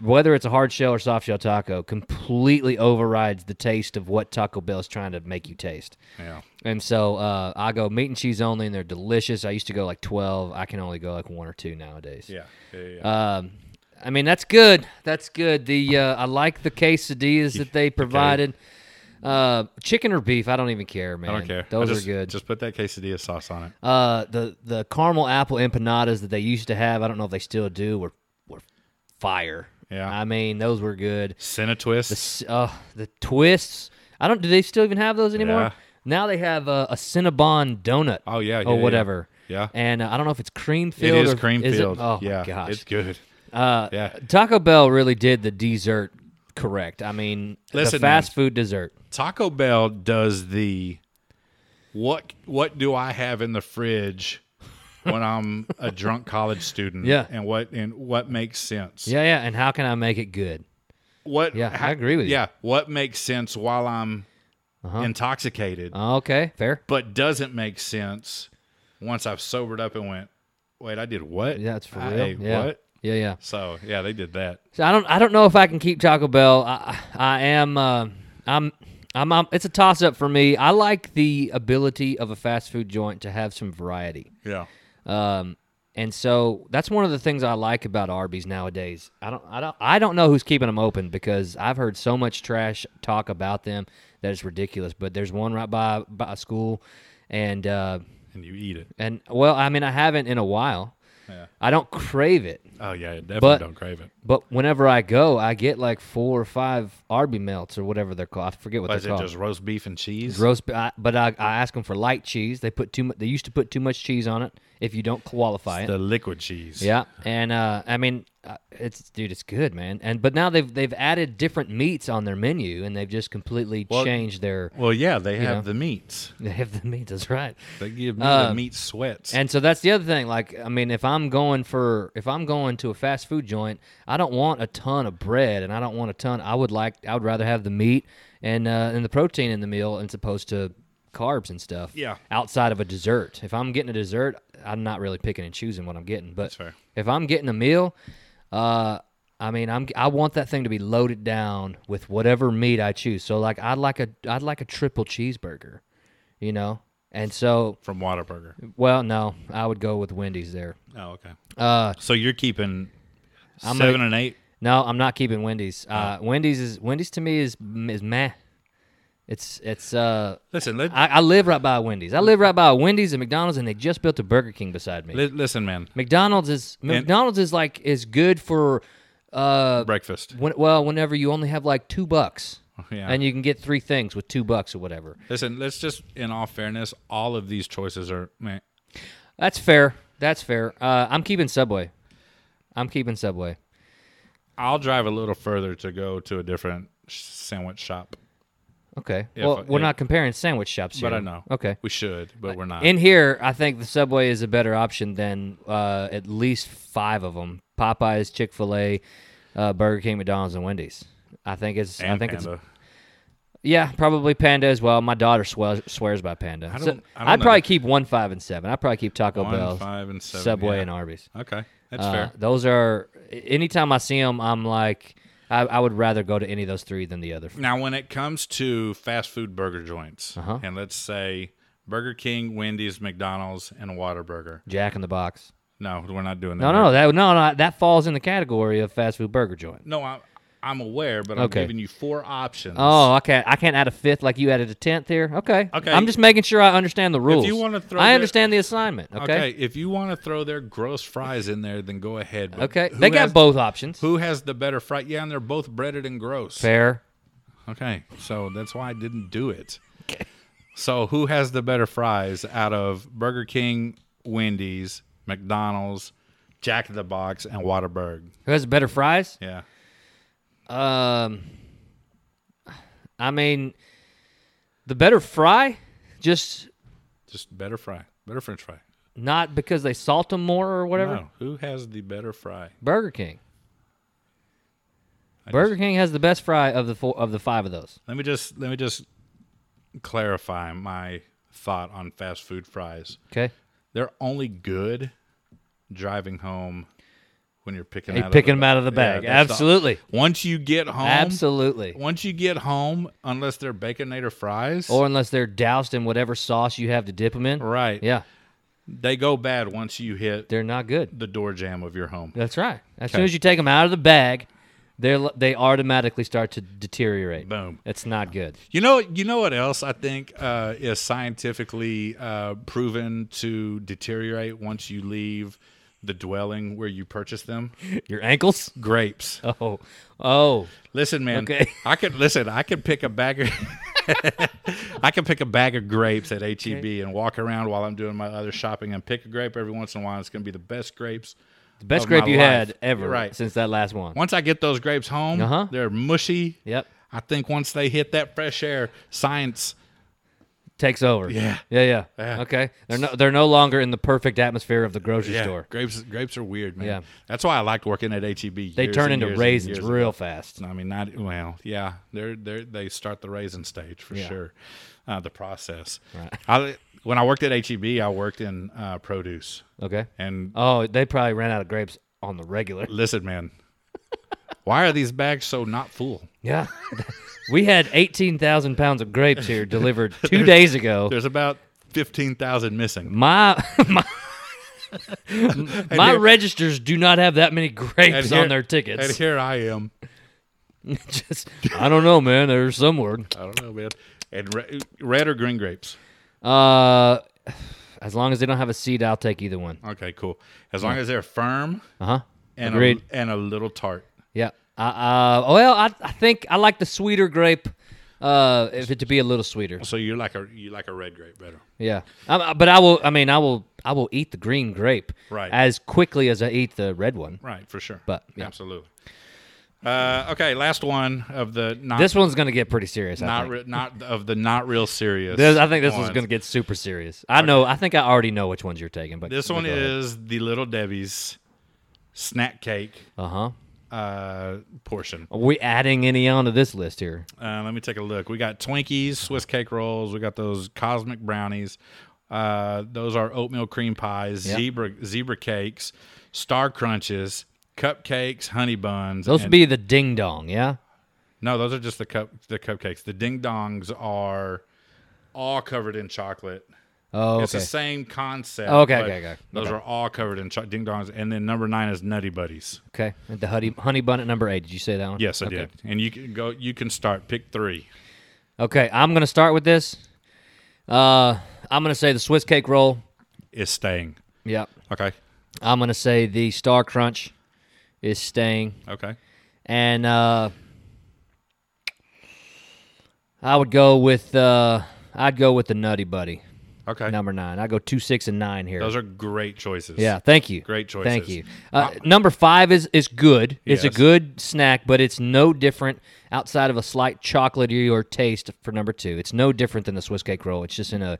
whether it's a hard shell or soft shell taco, completely overrides the taste of what Taco Bell is trying to make you taste. Yeah. And so uh, I go meat and cheese only, and they're delicious. I used to go like twelve. I can only go like one or two nowadays. Yeah. Yeah. yeah. Um, I mean, that's good. That's good. The uh, I like the quesadillas that they provided. Uh, chicken or beef, I don't even care, man. I don't care. I Those just, are good. Just put that quesadilla sauce on it. uh, the the caramel apple empanadas that they used to have, I don't know if they still do, were were fire. Yeah. I mean, those were good. Cine twist. S- Uh, the twists. I don't. Do they still even have those anymore? Yeah. Now they have uh, a Cinnabon donut. Oh, yeah, yeah, or yeah. whatever. Yeah. And uh, I don't know if it's cream It filled. is or, cream it- filled. oh yeah. my gosh, It's good. uh, Yeah. Taco Bell really did the dessert correct. I mean, the Listen, fast man. food dessert. Taco Bell does the what? What do I have in the fridge? when I'm a drunk college student, Yeah. and what and what makes sense, Yeah, yeah. And how can I make it good? what Yeah, I agree with you. Uh-huh. yeah, what makes sense while I'm intoxicated, Okay, fair. but doesn't make sense once I've sobered up and went, wait, I did what? Yeah, it's for I real. ate yeah. What? Yeah, yeah. So yeah, they did that. So I don't I don't know if I can keep Taco Bell. I I I am uh, I'm. I'm, I'm, it's a toss up for me. I like the ability of a fast food joint to have some variety. Yeah. Um, and so that's one of the things I like about Arby's nowadays. I don't, I don't, I don't know who's keeping them open because I've heard so much trash talk about them that it's ridiculous. But there's one right by by a school, and uh, And you eat it. and well, I mean, I haven't in a while. Yeah. I don't crave it, Oh yeah, you definitely But- don't crave it. but whenever I go, I get like four or five Arby melts or whatever they're called. I forget what But is they're it called. just roast beef and cheese? Roast, I, but I, I ask them for light cheese. They put too much. They used to put too much cheese on it. If you don't qualify it, the liquid cheese. Yeah, and uh, I mean, uh, it's dude, it's good, man. And but now they've they've added different meats on their menu, and they've just completely Well- changed their Well, yeah, they have know. the meats. they have the meats. That's right. They give me the Uh, meat sweats. And so that's the other thing. Like, I mean, if I'm going for if I'm going to a fast food joint, I don't want a ton of bread, and I don't want a ton. I would like I would rather have the meat and uh, and the protein in the meal, as opposed to carbs and stuff. Yeah. Outside of a dessert, if I'm getting a dessert, I'm not really picking and choosing what I'm getting. But fair. if I'm getting a meal, uh, I mean, I'm I want that thing to be loaded down with whatever meat I choose. So like, I'd like a I'd like a triple cheeseburger, you know. And so from Whataburger. well, no, I would go with Wendy's there. Oh, okay. Uh, So you're keeping I'm seven gonna- and eight. no, I'm not keeping Wendy's. Oh. Uh, Wendy's is Wendy's to me is is meh. It's it's uh, Listen, let, I, I live right by a Wendy's. I live right by a Wendy's and McDonald's, and they just built a Burger King beside me. li- listen, man. McDonald's is McDonald's is like is good for uh, Breakfast. when, well whenever you only have like two bucks, Yeah. and you can get three things with two bucks or whatever. Listen, let's just, in all fairness, all of these choices are. Meh. That's fair. That's fair. Uh, I'm keeping Subway. I'm keeping Subway. I'll drive a little further to go to a different sh- sandwich shop, Okay. If- well, we're if- not comparing sandwich shops here. but I know. Okay. We should, but we're not. In here, I think the Subway is a better option than uh, at least five of them: Popeyes, Chick Fil A, uh, Burger King, McDonald's, and Wendy's. I think it's. and I think Panda. it's. Yeah, probably Panda as well. My daughter swears, swears by Panda. I So don't- I don't I'd know. probably keep one, five, and seven. I'd probably keep Taco One, Bell, five, and seven, Subway, yeah. and Arby's. Okay. That's Uh, fair. Those are. Anytime I see them, I'm like, I, I would rather go to any of those three than the other. Now, when it comes to fast food burger joints, Uh-huh. and let's say Burger King, Wendy's, McDonald's, and Whataburger. Jack in the Box. No, we're not doing that. No, no, that no, no, that falls in the category of fast food burger joint. No, I'm, I'm aware, but I'm Okay. giving you four options. Oh, okay. I can't add a fifth like you added a tenth here. Okay. Okay. I'm just making sure I understand the rules. wanna throw I the- understand the assignment. Okay, Okay. if you want to throw their gross fries in there, then go ahead. but Okay. who They got has- both options. Who has the better fry? Yeah, and they're both breaded and gross. Fair. Okay, so that's why I didn't do it. So who has the better fries out of Burger King, Wendy's, McDonald's, Jack in the Box, and Whataburg? Who has better fries? Yeah, Um, I mean, the better fry, just just better fry, better French fry. not because they salt them more or whatever. No, who has the better fry? Burger King. I Burger just- King has the best fry of the four, of the five of those. let me just let me just clarify my thought on fast food fries. Okay. they're only good driving home when you're picking Hey, out picking of them out of the bag. that's the- Absolutely. once you get home, Absolutely. Once you get home, unless they're baconator fries, Or unless they're doused in whatever sauce you have to dip them in. right? Yeah. they go bad once you hit They're not good. the door jam of your home. That's right. As Okay. soon as you take them out of the bag, they they automatically start to deteriorate. Boom. That's not good. You know, you know what else I think uh, is scientifically uh, proven to deteriorate once you leave the dwelling where you purchased them? Your ankles? Grapes. Oh, oh, Listen, man. Okay. I could listen. I could pick a bag of. I can pick a bag of grapes at HEB and walk around while I'm doing my other shopping and pick a grape every once in a while. It's going to be the best grapes. the best Of grape my you life. had ever You're right. since that last one. Once I get those grapes home, Uh-huh. they're mushy. Yep, I think once they hit that fresh air, science. takes over. Yeah. yeah, yeah. Yeah. Okay, they're no they're no longer in the perfect atmosphere of the grocery store. grapes. Grapes are weird, man. Yeah. That's why I liked working at HEB. They years turn and into years and raisins years ago. real fast. I mean, not well. Yeah, they're they they start the raisin stage for sure. Uh, the process. Right. I, E when I worked at HEB, I worked in uh, produce, Okay. and Oh, they probably ran out of grapes on the regular. Listen, man. Why are these bags so not full? Yeah. we had 18,000 pounds of grapes here delivered two days ago. There's about fifteen thousand missing, My my, my here- registers do not have that many grapes here- on their and tickets. here I am. Just, I don't know, man. They're somewhere. I don't know, man. And re- red or green grapes? Uh, as long as they don't have a seed, I'll take either one. Okay, cool. As long as they're firm Uh huh. and a, Agreed. and a little tart. Yeah. Uh, uh, well, I, I think I like the sweeter grape. Uh, if it to be a little sweeter. So you like a you like a red grape better. Yeah. Um, uh, but I will. I mean, I will. I will eat the green grape Right. as quickly as I eat the red one. Right, for sure. But, yeah. absolutely. Uh, okay, last one of the not This one's gonna get pretty serious. I not think. re- not of the not real serious. This- I think this ones. one's gonna get super serious. I know. I think I already know which ones you're taking. But This but one go ahead. is the Little Debbie's snack cake Uh huh. uh, portion. Are we adding any onto this list here? Uh, let me take a look. We got Twinkies, Swiss cake rolls. We got those cosmic brownies. Uh, those are oatmeal cream pies, Yeah. zebra zebra cakes, star crunches, cupcakes, honey buns. Those and- would be the ding dong. Yeah. no, those are just the cup the cupcakes. The ding dongs are all covered in chocolate. Oh, It's okay. the same concept. Okay, but okay, okay. Those Okay. are all covered in cho- ding dongs, and then number nine is Nutty Buddies. okay. And The honey honey bun at number eight. Did you say that one? Yes, I okay. did. And you can go. You can start. Pick three. Okay, I'm gonna start with this. Uh, I'm gonna say the Swiss cake roll. Is staying. Yep. Okay. I'm gonna say the Star Crunch is staying, Okay. and uh, I would go with uh, I'd go with the Nutty Buddy Okay. number nine. I go two, six, and nine here. Those are great choices. yeah, thank you. Great Thank choices. you. Uh, number five is is good. It's Yes. a good snack, but it's no different outside of a slight chocolatey or taste for number two. It's no different than the Swiss cake roll. It's just in a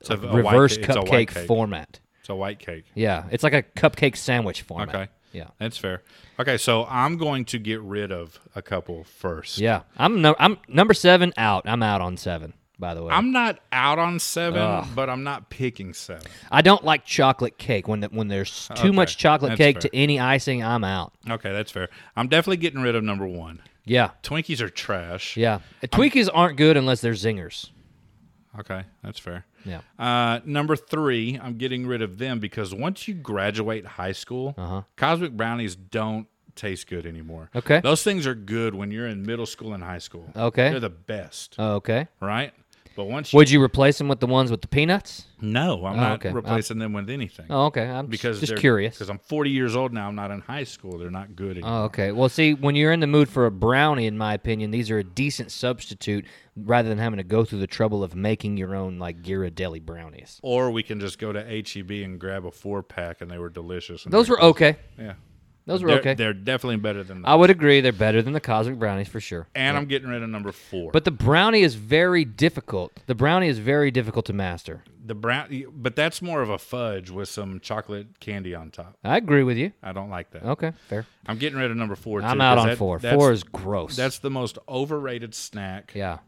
It's a, a white reverse ca- it's a white cupcake cake. format. It's a white cake. Yeah, it's like a cupcake sandwich format. Okay. Yeah. That's fair. Okay, so I'm going to get rid of a couple first. Yeah. I'm no, I'm number 7 out. I'm out on 7, by the way. I'm, I'm not out on seven, but I'm not picking seven. I do not like chocolate cake when the, when there's too Okay, much chocolate that's cake fair. to any icing, I'm out. Okay, that's fair. I'm definitely getting rid of number one. Yeah. Twinkies are trash. Yeah. Twinkies aren't good unless they're zingers. Okay, that's fair. Yeah. Uh, number three, I'm getting rid of them because once you graduate high school, cosmic brownies don't taste good anymore. Uh-huh. Okay. Those things are good when you're in middle school and high school. Okay. They're the best, Oh, okay. right? But once you Would you replace them with the ones with the peanuts? no, I'm not okay. Uh, replacing them with anything Oh, okay. I'm because because just they're- curious. Because I'm 40 years old now. I'm not in high school. They're not good anymore. Oh, okay. Well, see, when you're in the mood for a brownie, in my opinion, these are a decent substitute rather than having to go through the trouble of making your own like Ghirardelli brownies. or we can just go to HEB and grab a four pack, and they were delicious. and Those they're were okay. good. Yeah. Those were They're, okay. they're definitely better than. I would agree they're better than the cosmic brownies for sure. and I'm getting rid of number four. But the brownie is very difficult. The brownie is very difficult to master. The brown, but that's more of a fudge with some chocolate candy on top. I agree with you. I don't like that. Okay, fair. I'm getting rid of number four. I'm too, out 'cause on that- four. that's- Four is gross. that's the most overrated snack yeah.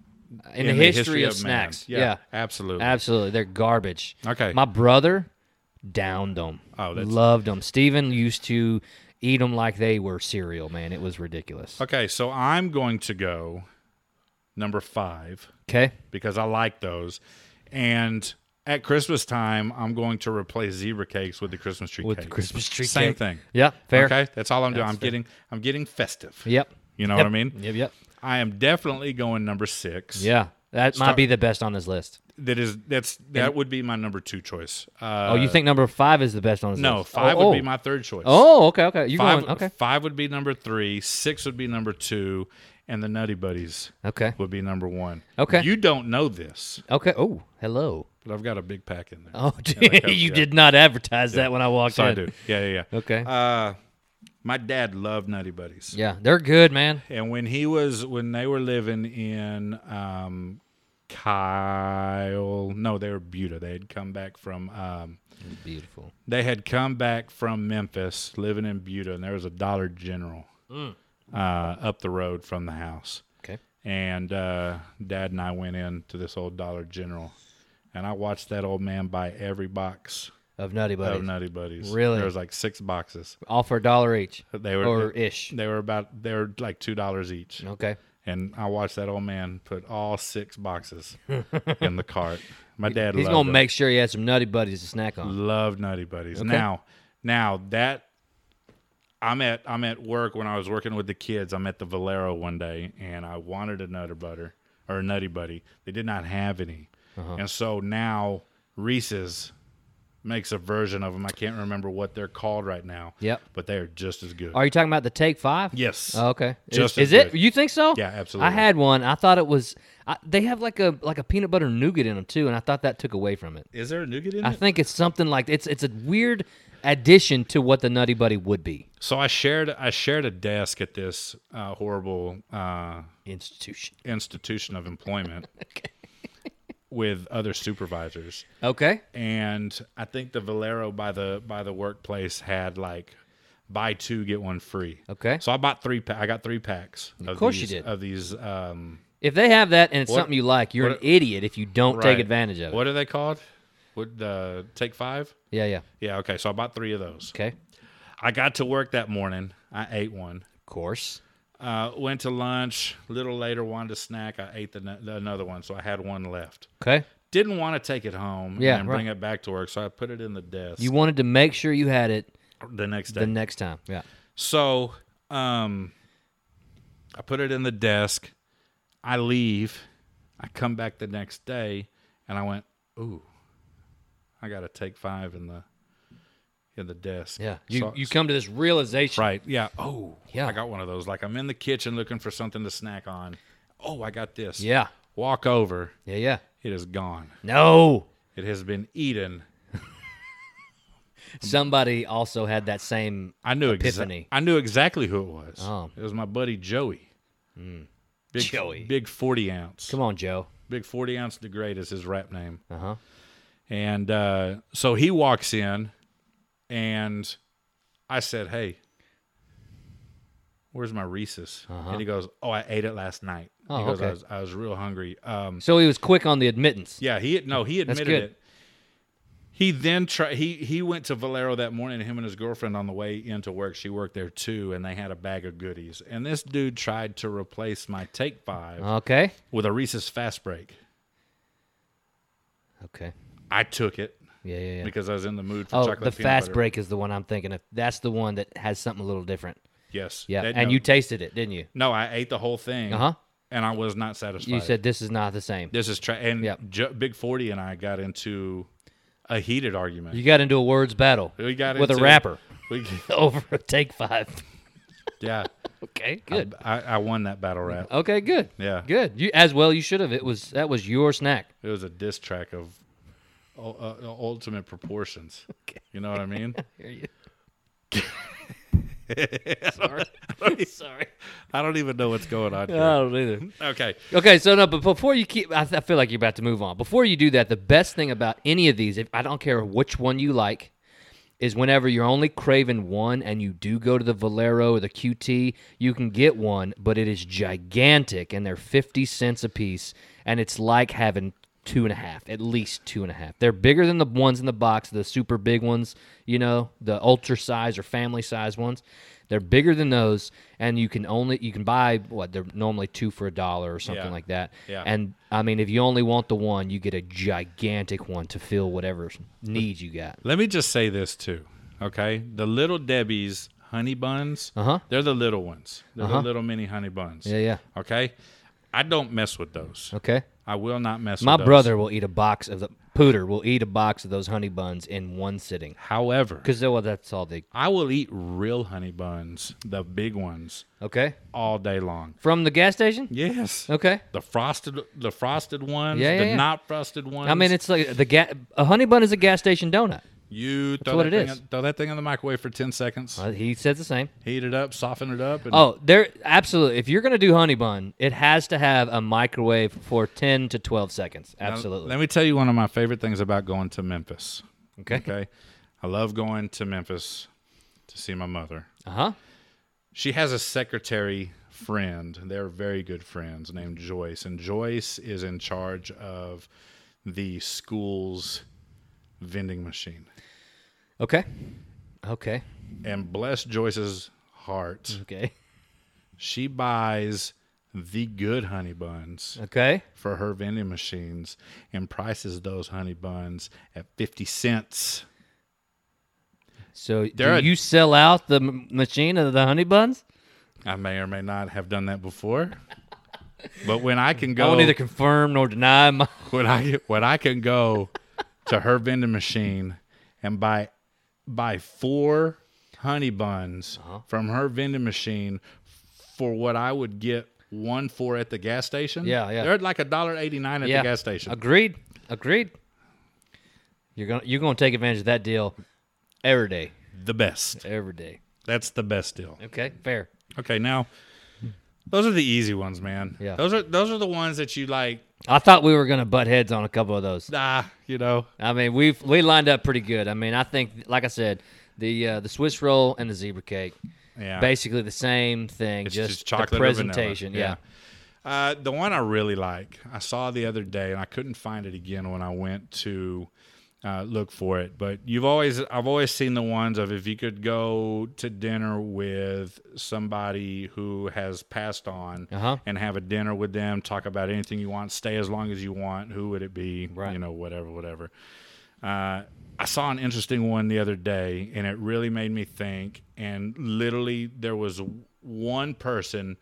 In, in the, history, of, man. snacks. Yeah. absolutely. Absolutely. They're garbage. Okay. My brother downed them. Oh, that's- Loved them. Steven used to eat them like they were cereal, man. It was ridiculous. okay, so I'm going to go number five Okay. because I like those, and at Christmas time I'm going to replace zebra cakes with the Christmas tree With the cake. Christmas tree Same cake. thing. Yeah, fair. Okay, that's all I'm doing. I'm getting I'm getting festive. Yep. You know Yep. what I mean? Yep, yep. I am definitely going number six. Yeah. That Start- might be the best on his list. That is that's that would be my number two choice. Uh, Oh, you think number five is the best on his no, list? five oh, would be oh. my third choice. Oh, okay, okay. You're five going okay, five would be number three. Six would be number two, and the Nutty Buddies okay, would be number one. Okay. you don't know this, okay. Oh, hello. but I've got a big pack in there. Oh, like a- you yeah. did not advertise that when I walked so in. I do. Yeah, yeah, yeah. Okay. Uh, my dad loved Nutty Buddies. yeah, they're good, man. And when he was when they were living in um Kyle no, they were Buda. They had come back from um Beautiful. they had come back from Memphis living in Buda and there was a Dollar General Mm. uh up the road from the house. Okay. And uh dad and I went in to this old Dollar General and I watched that old man buy every box of Nutty Buddies, of Nutty Buddies. Really? there was like six boxes. all for a dollar each. They were or ish. They were about they were like two dollars each. Okay. And I watched that old man put all six boxes in the cart. My dad He's loved gonna them. make sure he has some Nutty Buddies to snack on. Love Nutty Buddies. Now, now that I'm at I'm at work when I was working with the kids, I'm at the Valero one day and I wanted a Nutter Butter or a Nutty Buddy. They did not have any. Uh-huh. And so now Reese's makes a version of them. I can't remember what they're called right now. Yep. But they are just as good. Are you talking about the Take Five? yes. Oh, okay. Is- Just as is, it? good. You think so? Yeah, absolutely. I had one. I thought it was. I, they have like a like a peanut butter nougat in them too, and I thought that took away from it. Is there a nougat in I it? think it's something like it's it's a weird addition to what the Nutty Buddy would be. So I shared I shared a desk at this uh, horrible uh, Institution. institution of employment with other supervisors. Okay. and I think the Valero by the by the workplace had like buy two get one free. Okay. So I bought three. Pa- I got three packs. Of, course you these, did. Of these, um, If they have that and it's something you like, you're what- an idiot if you don't take right. advantage of it. What are they called? Would uh, take five? Yeah, yeah. Yeah. Okay. So I bought three of those. Okay. I got to work that morning. I ate one. Of course. Uh, went to lunch. little later, wanted a snack. I ate the, the another one, so I had one left. Okay. Didn't want to take it home Yeah, and right. bring it back to work, so I put it in the desk You wanted to make sure you had it the next day. the next time. Yeah. So, um, I put it in the desk. I leave. I come back the next day, and I went, "Ooh, I got to take five in the in the desk." Yeah. You So- you come to this realization. right? Yeah. Oh, Yeah. I got one of those. Like I'm in the kitchen looking for something to snack on. Oh, I got this. Yeah. Walk over. Yeah, yeah. It is gone. No. It has been eaten. Somebody also had that same I knew Epiphany. exactly. I knew exactly who it was. Oh. Hmm. It was my buddy Joey. Big, Joey. Big forty ounce. Come on, Joe. Big 40 ounce the great is his rap name. Uh-huh. And uh, so he walks in and I said, Hey, where's my Reese's? And he goes, Oh, I ate it last night. Uh-huh. Oh, he goes, okay. I was, I was real hungry. Um, So he was quick on the admittance. yeah, he no, he admitted good. it. He then tried. He he went to Valero that morning. Him and his girlfriend on the way into work. She worked there too, and they had a bag of goodies. And this dude tried to replace my Take Five Okay. with a Reese's Fast Break. Okay. I took it. Yeah, yeah, yeah. because I was in the mood for Oh, chocolate the peanut fast butter. break is the one I'm thinking of. That's the one that has something a little different. Yes. Yeah. That- and no, Mm-hmm. you tasted it, didn't you? no, I ate the whole thing. Uh-huh. And I was not satisfied. You said this is not the same. this is tra- and Yep. Ju- Big Forty and I got into a heated argument. You got into a words battle we got with into- a rapper We, over a take five. yeah. Okay, good. Oh. I, I won that battle rap. okay, good. Yeah. good. You as well. You should have. It was that was your snack. It was a diss track of u- uh, ultimate proportions. You know what I mean? Sorry. Sorry. I don't even know what's going on. Here. I don't either. okay. Okay, so no, but before you keep, I, I feel like you're about to move on. Before you do that, the best thing about any of these, if I don't care which one you like, is whenever you're only craving one and you do go to the Valero or the QT, you can get one, but it is gigantic and they're 50 cents a piece, and it's like having two and a half, at least two and a half. They're bigger than the ones in the box, the super big ones, you know, the ultra size or family size ones. They're bigger than those, and you can only you can buy what they're normally two for a dollar or something Yeah. like that. Yeah. And I mean, if you only want the one, you get a gigantic one to fill whatever needs you got. Let me just say this too, okay? The little Debbie's honey buns, Uh-huh. they're the little ones. They're the little mini honey buns. Yeah, yeah. Okay? I don't mess with those. Okay. I will not mess My with those. brother will eat a box of the pooter will eat a box of those honey buns in one sitting However, because well, that's all they I will eat real honey buns, the big ones, okay all day long. from the gas station. Yes. Okay, The frosted the frosted ones, Yeah, yeah, the yeah. not frosted ones. I mean it's like the ga- a honey bun is a gas station donut. you throw what that it thing is. in- throw that thing in the microwave for 10 seconds, Uh, he says the same. heat it up, soften it up and Oh, there absolutely. If you're gonna do honey bun, it has to have a microwave for ten to twelve seconds. Now, Absolutely. Let me tell you one of my favorite things about going to Memphis. okay. Okay. I love going to Memphis to see my mother. Uh huh. She has a secretary friend. They're very good friends named Joyce. And Joyce is in charge of the school's vending machine. Okay. Okay. And bless Joyce's heart. Okay. She buys the good honey buns Okay. for her vending machines and prices those honey buns at 50 cents. So They're do a- you sell out the m- machine of the honey buns? I may or may not have done that before. But when I can I go won't either confirm nor deny my when I when I can go to her vending machine and buy buy four honey buns Uh-huh. from her vending machine for what I would get one for at the gas station. Yeah, yeah. They're at like a dollar eighty nine at the gas station. Agreed. Agreed. You're gonna you're gonna take advantage of that deal every day. the best. Every day. That's the best deal. Okay, fair. Okay, now those are the easy ones, man. Yeah. Those are those are the ones that you like. I thought we were gonna butt heads on a couple of those. Ah, you know. I mean, we've we lined up pretty good. I mean, I think, like I said, the uh, the Swiss roll and the zebra cake, Yeah. basically the same thing, It's just, just chocolate the or vanilla. presentation. Yeah. Uh, the one I really like, I saw the other day, and I couldn't find it again when I went to uh, look for it. But you've always, I've always seen the ones of if you could go to dinner with somebody who has passed on, Uh-huh. and have a dinner with them, talk about anything you want, stay as long as you want. Who would it be? Right. You know, whatever, whatever. Uh, I saw an interesting one the other day, and it really made me think. And literally, there was one person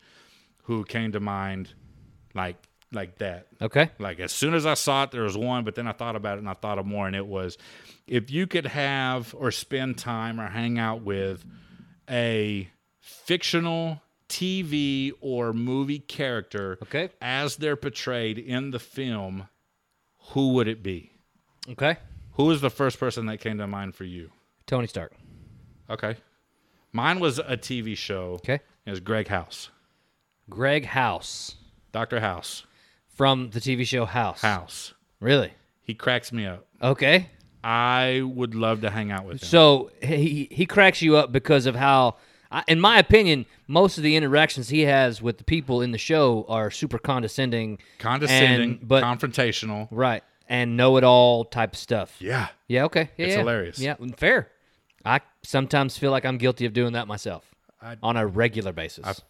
who came to mind, like like that. yeah. Okay. Like as soon as I saw it, there was one, but then I thought about it and I thought of more, and it was if you could have or spend time or hang out with a fictional TV or movie character Okay. as they're portrayed in the film, who would it be? Okay. Who was the first person that came to mind for you? Tony Stark. Okay. Mine was a TV show. Okay. It was Greg House. Greg House Dr. House. from the TV show House. House. Really? He cracks me up. Okay. I would love to hang out with him. So he he cracks you up because of how, I- in my opinion, most of the interactions he has with the people in the show are super condescending, condescending, and, but confrontational. right and know it all type of stuff. Yeah. Yeah, okay. Yeah, It's yeah. hilarious. Yeah, and fair. I sometimes feel like I'm guilty of doing that myself I- on a regular basis.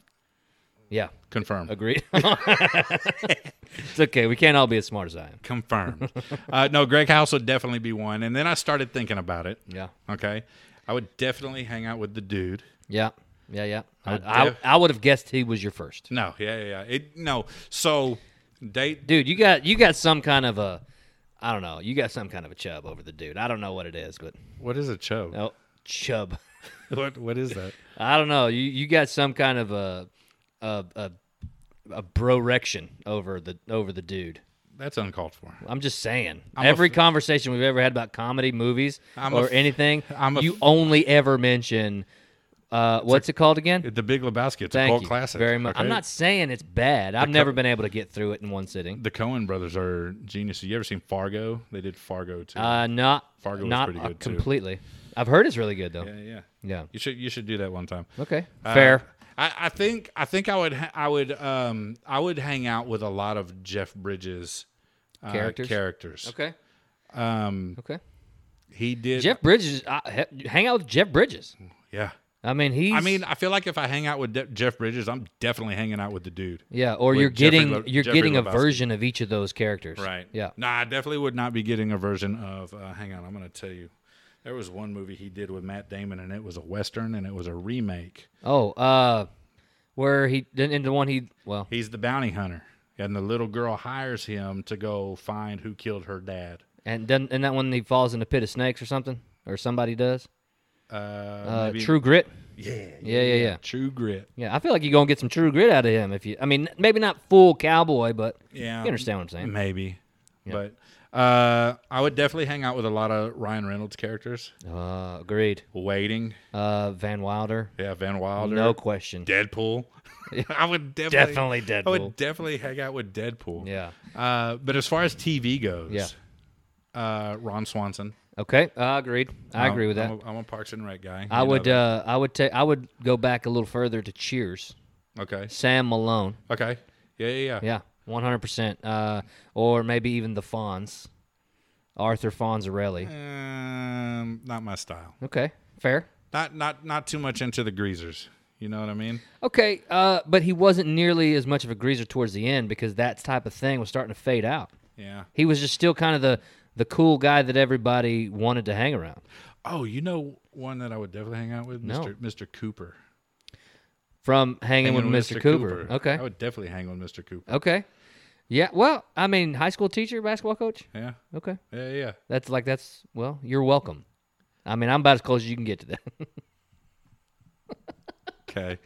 yeah, Confirmed. agreed. it's okay. We can't all be as smart as I am. Confirmed. uh, no, Greg House would definitely be one. And then I started thinking about it. Yeah. Okay. I would definitely hang out with the dude. Yeah. Yeah, yeah. I, would I, def- I would have guessed he was your first. No. Yeah. Yeah. yeah. It, no. So date. Dude, you got you got some kind of a I don't know. You got some kind of a chub over the dude. I don't know what it is, but What is a chub? oh, chub. What, what is that? I don't know. You you got some kind of a a a, a brorection over the over the dude. That's uncalled for. I'm just saying. I'm a Every f- conversation we've ever had about comedy, movies, I'm a or f- anything, I'm a you f- only ever mention. Uh, what's it called again? The Big Lebowski. It's a Thank cult you classic. very much. I'm okay? not saying it's bad. I've never been able to get through it in one sitting. The Cohen brothers are geniuses. You ever seen Fargo? They did Fargo too. Uh, not Fargo was not pretty uh, good, too. completely. I've heard it's really good though. yeah. Yeah. Yeah. You should you should do that one time. Okay. Uh, Fair. I, I think I think I would ha- I would um I would hang out with a lot of Jeff Bridges uh, Characters? Characters. Okay. Um. Okay. He did. Jeff Bridges. I, he- hang out with Jeff Bridges. Yeah. I mean, he's. I mean, I feel like if I hang out with De- Jeff Bridges, I'm definitely hanging out with the dude. yeah. Or with you're Jeffrey getting Lo- you're Jeffrey getting a Lebowski. version of each of those characters. Yeah. Nah, I definitely would not be getting a version of. Uh, hang on, I'm going to tell you. There was one movie he did with Matt Damon, and it was a western, and it was a remake. Oh, uh, where he then in the one he well He's the bounty hunter, and the little girl hires him to go find who killed her dad. and then and that one he falls in a pit of snakes or something or somebody does. Uh, Uh, maybe- True grit. Yeah, Yeah, yeah, yeah. True Grit. Yeah, I feel like you're gonna get some true grit out of him if you. I mean, maybe not full cowboy, but Yeah. you understand what I'm saying. Maybe. But uh, I would definitely hang out with a lot of Ryan Reynolds characters. Uh, agreed. Waiting. Uh, Van Wilder, Yeah, Van Wilder. no question. Deadpool. I would definitely, I Definitely Deadpool. would definitely hang out with Deadpool. Yeah. Uh, but as far as TV goes, Yeah. uh, Ron Swanson. Okay, uh, agreed. I agree with that. I'm a, I'm a Parks and Rec guy. I You know would. that. Uh, I would take. I would go back a little further to Cheers. okay. Sam Malone. Okay. Yeah, yeah, yeah. Yeah, 100%. Uh, or maybe even the Fonz. Arthur Mm. Fonzarelli. Um, not my style. Okay, fair. Not not not too much into the greasers. You know what I mean? Okay, uh, but he wasn't nearly as much of a greaser towards the end because that type of thing was starting to fade out. Yeah. He was just still kind of the the cool guy that everybody wanted to hang around. Oh, you know one that I would definitely hang out with, No. Mr. Mr. Cooper. From hanging, with Mr. Cooper. Okay. I would definitely hang with Mr. Cooper. Okay. Yeah. Well, I mean, high school teacher, basketball coach. Yeah. Okay. Yeah, yeah. That's like that's well, you're welcome. I mean, I'm about as close as you can get to that. Okay.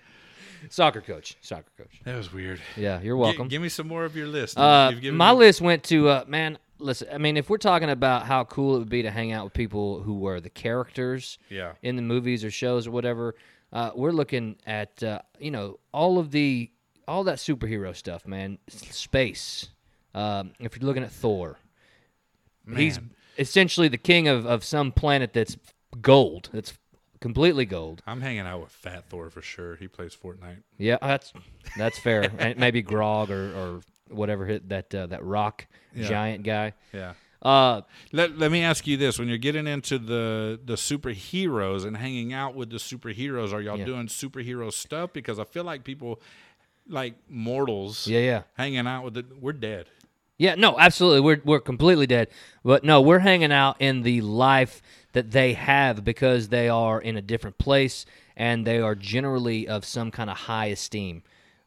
Soccer coach. Soccer coach. That was weird. Yeah, you're Gi- welcome. give me some more of your list. uh, You've given my me- list went to uh, man. Listen, I mean, if we're talking about how cool it would be to hang out with people who were the characters Yeah. in the movies or shows or whatever, uh, we're looking at uh, you know all of the all that superhero stuff, man. S- Space. Um, if you're looking at Thor, he's Man. essentially the king of, of some planet that's gold. That's completely gold. I'm hanging out with Fat Thor for sure. He plays Fortnite. Yeah, that's that's fair. and maybe Grog or, or whatever hit that uh, that rock giant guy. Yeah. Uh, Let, let me ask you this: When you're getting into the the superheroes and hanging out with the superheroes, are y'all Yeah. doing superhero stuff? Because I feel like people, like mortals, Yeah, yeah. hanging out with the we're dead. yeah, no, absolutely. We're we're completely dead. But no, we're hanging out in the life that they have because they are in a different place and they are generally of some kind of high esteem.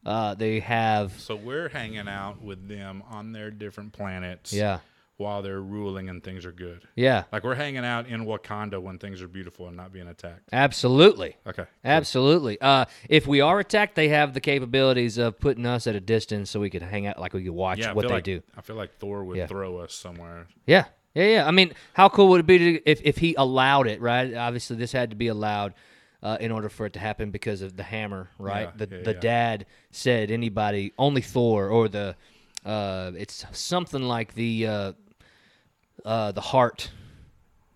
Uh, they have So we're hanging out with them on their different planets. Yeah. While they're ruling and things are good. yeah, Like we're hanging out in Wakanda when things are beautiful and not being attacked. absolutely. Okay. Absolutely. Uh, if we are attacked, they have the capabilities of putting us at a distance so we could hang out, like we could watch Yeah. I what feel they like, do. I feel like Thor would Yeah. throw us somewhere. Yeah. Yeah, yeah. I mean, how cool would it be to, if, if he allowed it, right? Obviously, this had to be allowed uh, in order for it to happen because of the hammer, right? Yeah, the yeah, the yeah. dad said anybody, only Thor or the, uh, it's something like the uh, uh, the heart.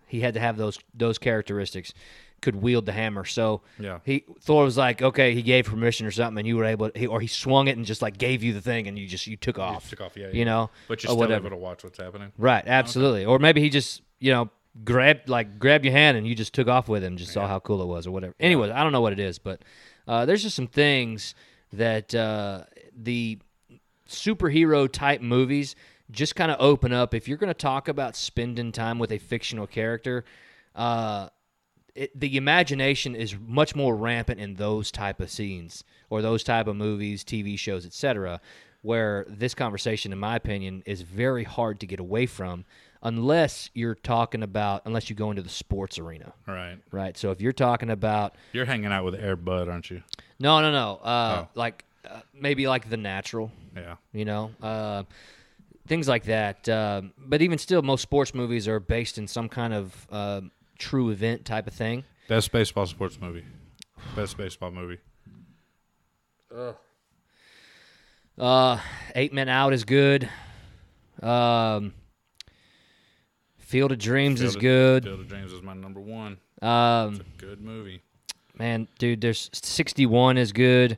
He had to have those those characteristics, could wield the hammer. So Yeah. he Thor was like, okay, he gave permission or something, and you were able, he, or he swung it and just like gave you the thing, and you just you took off, Took off. Yeah. yeah. you know, But or you're still whatever. able to watch what's happening. Right, absolutely. Or maybe he just, you know, grabbed like grabbed your hand and you just took off with him, just saw how cool it was or whatever. Anyway, I don't know what it is, but uh, there's just some things that uh, the superhero type movies just kind of open up. If you're going to talk about spending time with a fictional character, uh, it, the imagination is much more rampant in those type of scenes or those type of movies, TV shows, etc., where this conversation, in my opinion, is very hard to get away from unless you're talking about unless you go into the sports arena, All right. right? So if you're talking about You're hanging out with Air Bud, aren't you? no, no, no, uh, like uh, maybe like The Natural, Yeah. you know uh, things like that Um but even still most sports movies are based in some kind of uh, true event type of thing Best baseball sports movie. Best baseball movie. uh, eight men out is good um, field of dreams Field is of- good Field of Dreams is my number one. um, Good movie. man dude there's 61 is good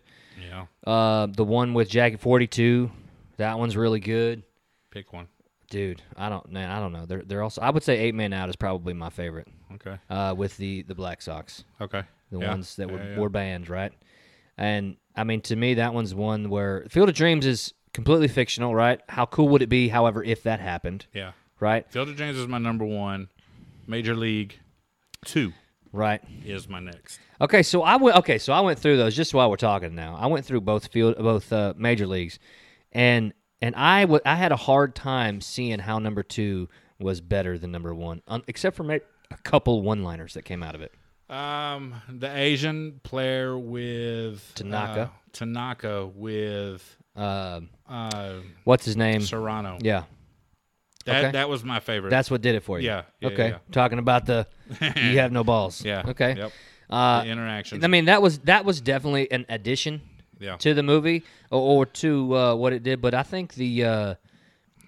Yeah. uh, the one with jacket 42 that one's really good Pick one. dude i don't man, i don't know they're, they're also i would say eight men out is probably my favorite Okay. uh, with the the black sox Okay. the Yeah. ones that were, Yeah, yeah. were banned, right? And I mean, to me, that one's one where Field of Dreams is completely fictional, right? How cool would it be, however, if that happened, Yeah. right? Field of Dreams is my number one. Major League Two Right. is my next. Okay, so I went. Okay, so I went through those just while we're talking now. I went through both field, both uh, major leagues, and and I wa- I had a hard time seeing how number two was better than number one, un- except for maybe a couple one-liners that came out of it. Um, the Asian player with Tanaka. uh, Tanaka with Um uh, what's his name? Serrano. yeah, That okay. that was my favorite. That's what did it for you. Yeah, yeah, okay. yeah. Talking about the you have no balls. yeah. Okay. Yep. Uh, the interactions. I mean that was that was definitely an addition yeah. to the movie or, or to uh, what it did, but I think the uh,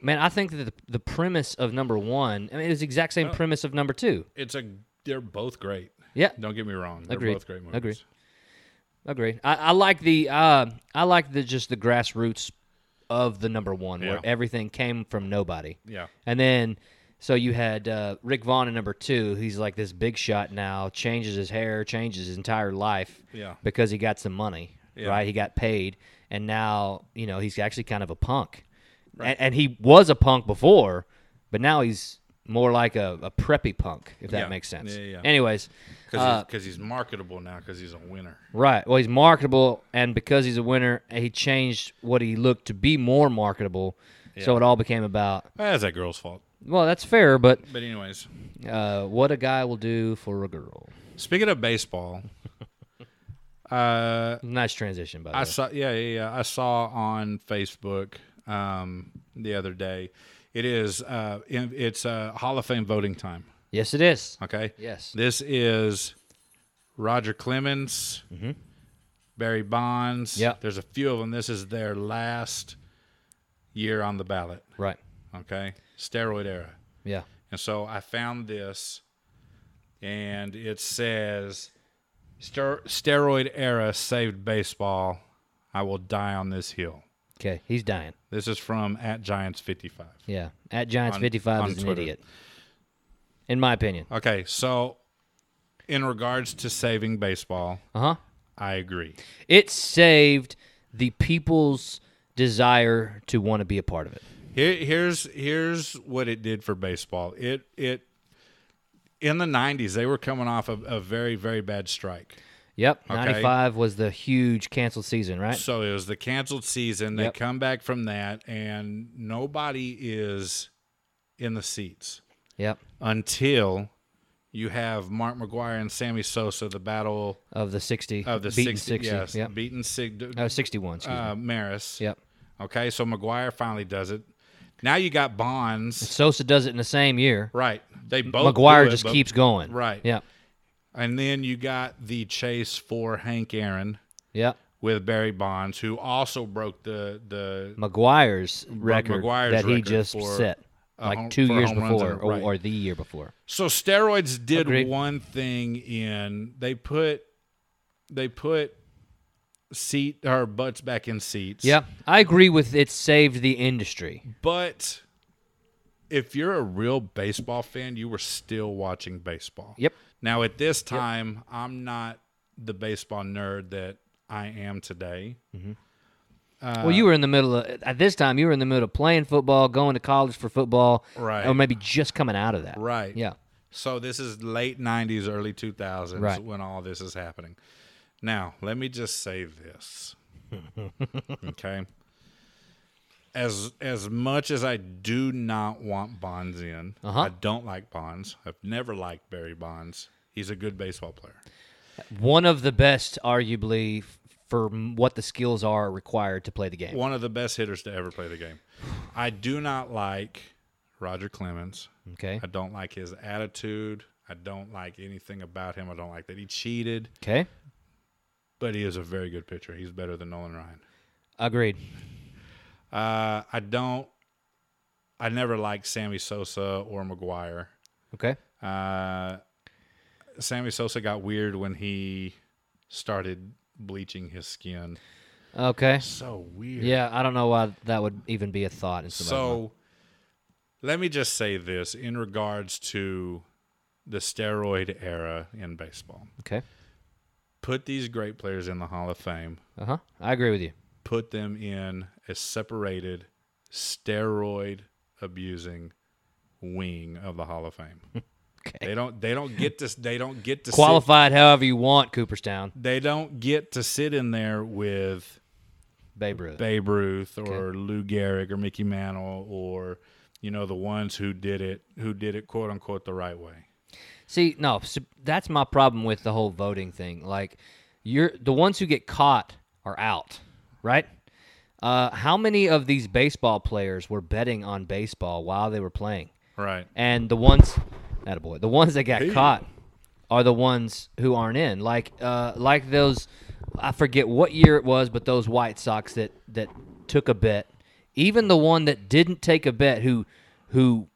man, I think that the, the premise of number one, I mean, it was the exact same premise of number two. it's a. They're both great. Yeah. Don't get me wrong. They're Agreed. both great movies. Agreed. Agreed. I, I like the uh, I like the just the grassroots of the number one where Yeah. everything came from nobody. Yeah. And then So you had uh, Rick Vaughn at number two. He's like this big shot now, changes his hair, changes his entire life Yeah. because he got some money, Yeah. right? He got paid. And now, you know, he's actually kind of a punk. And, and he was a punk before, but now he's more like a, a preppy punk, if that Yeah. makes sense. Yeah, yeah, yeah. Anyways, Uh, because he's, marketable now because he's a winner. Right. Well, he's marketable, and because he's a winner, he changed what he looked to be more marketable. So Yeah. it all became about. That's that girl's fault. Well, that's fair, but But anyways, uh, what a guy will do for a girl. speaking of baseball, uh, Nice transition, by the I way. saw yeah, yeah, yeah. I saw on Facebook um, the other day. It is uh, in- it's uh, Hall of Fame voting time. Yes, it is. Okay. Yes. This is Roger Clemens, Barry Bonds. Mm-hmm. Yeah. There's a few of them. This is their last year on the ballot. Right. Okay. Steroid era. Yeah. And so I found this, and it says, "Ster- "Steroid era saved baseball. I will die on this hill." Okay. He's dying. This is from at Giants fifty five. Yeah. At Giants On- 55 on is an Twitter. idiot. In my opinion. Okay, so in regards to saving baseball, Uh huh. I agree. It saved the people's desire to want to be a part of it. Here, here's here's what it did for baseball. It it in the '90s they were coming off a, a very very bad strike. Yep. 95 was the huge canceled season, right? So it was the canceled season. They Yep. come back from that, and nobody is in the seats Yep. until you have Mark McGuire and Sammy Sosa, the battle Of the 60. of the beaten 60, yes, yep. beaten Sig, Oh, 61, excuse me. uh, Maris. Yep. Okay, so McGuire finally does it. Now you got Bonds. Sosa does it in the same year. Right. They both. McGuire do it, just oh, but- keeps going. Right. Yeah. And then you got the chase for Hank Aaron Yeah. with Barry Bonds, who also broke the the McGuire's record McGuire's that he record just for set a like home- two for a years home runs before and a- or, right. or the year before. So steroids did Agreed. one thing in they put they put seat or butts back in seats. Yeah. I agree with it saved the industry. But if you're a real baseball fan, you were still watching baseball. Yep. Now at this time, I'm not the baseball nerd that I am today. Uh, well, you were in the middle of, at this time, you were in the middle of playing football, going to college for football, Right. or maybe just coming out of that. Right. Yeah. So this is late 90s, early 2000s Right. when all this is happening. Now, let me just say this. okay. As as much as I do not want Bonds in, Uh-huh. I don't like Bonds. I've never liked Barry Bonds. He's a good baseball player. One of the best, arguably, f- for m- what the skills are required to play the game. One of the best hitters to ever play the game. I do not like Roger Clemens. Okay. I don't like his attitude. I don't like anything about him. I don't like that he cheated. Okay. but he is a very good pitcher. He's better than Nolan Ryan. Agreed. Uh, I don't. I never liked Sammy Sosa or McGuire. Okay. Uh, Sammy Sosa got weird when he started bleaching his skin. Okay. So weird. Yeah, I don't know why that would even be a thought in somebody's mind. So let me just say this in regards to the steroid era in baseball. Okay. Put these great players in the Hall of Fame. Uh huh. I agree with you. put them in a separated steroid abusing wing of the Hall of Fame. Okay. They don't they don't get to they don't get to sit, Qualified however you want, Cooperstown, they don't get to sit in there with Babe Ruth. Babe Ruth or Lou Gehrig or Mickey Mantle or you know the ones who did it who did it quote unquote the right way. See, no, s- that's my problem with the whole voting thing. Like, you're the ones who get caught are out, right? Uh, how many of these baseball players were betting on baseball while they were playing? Right. and the ones that boy the ones that got caught are the ones who aren't in like uh like those i forget what year it was but those white sox that that took a bet even the one that didn't take a bet who who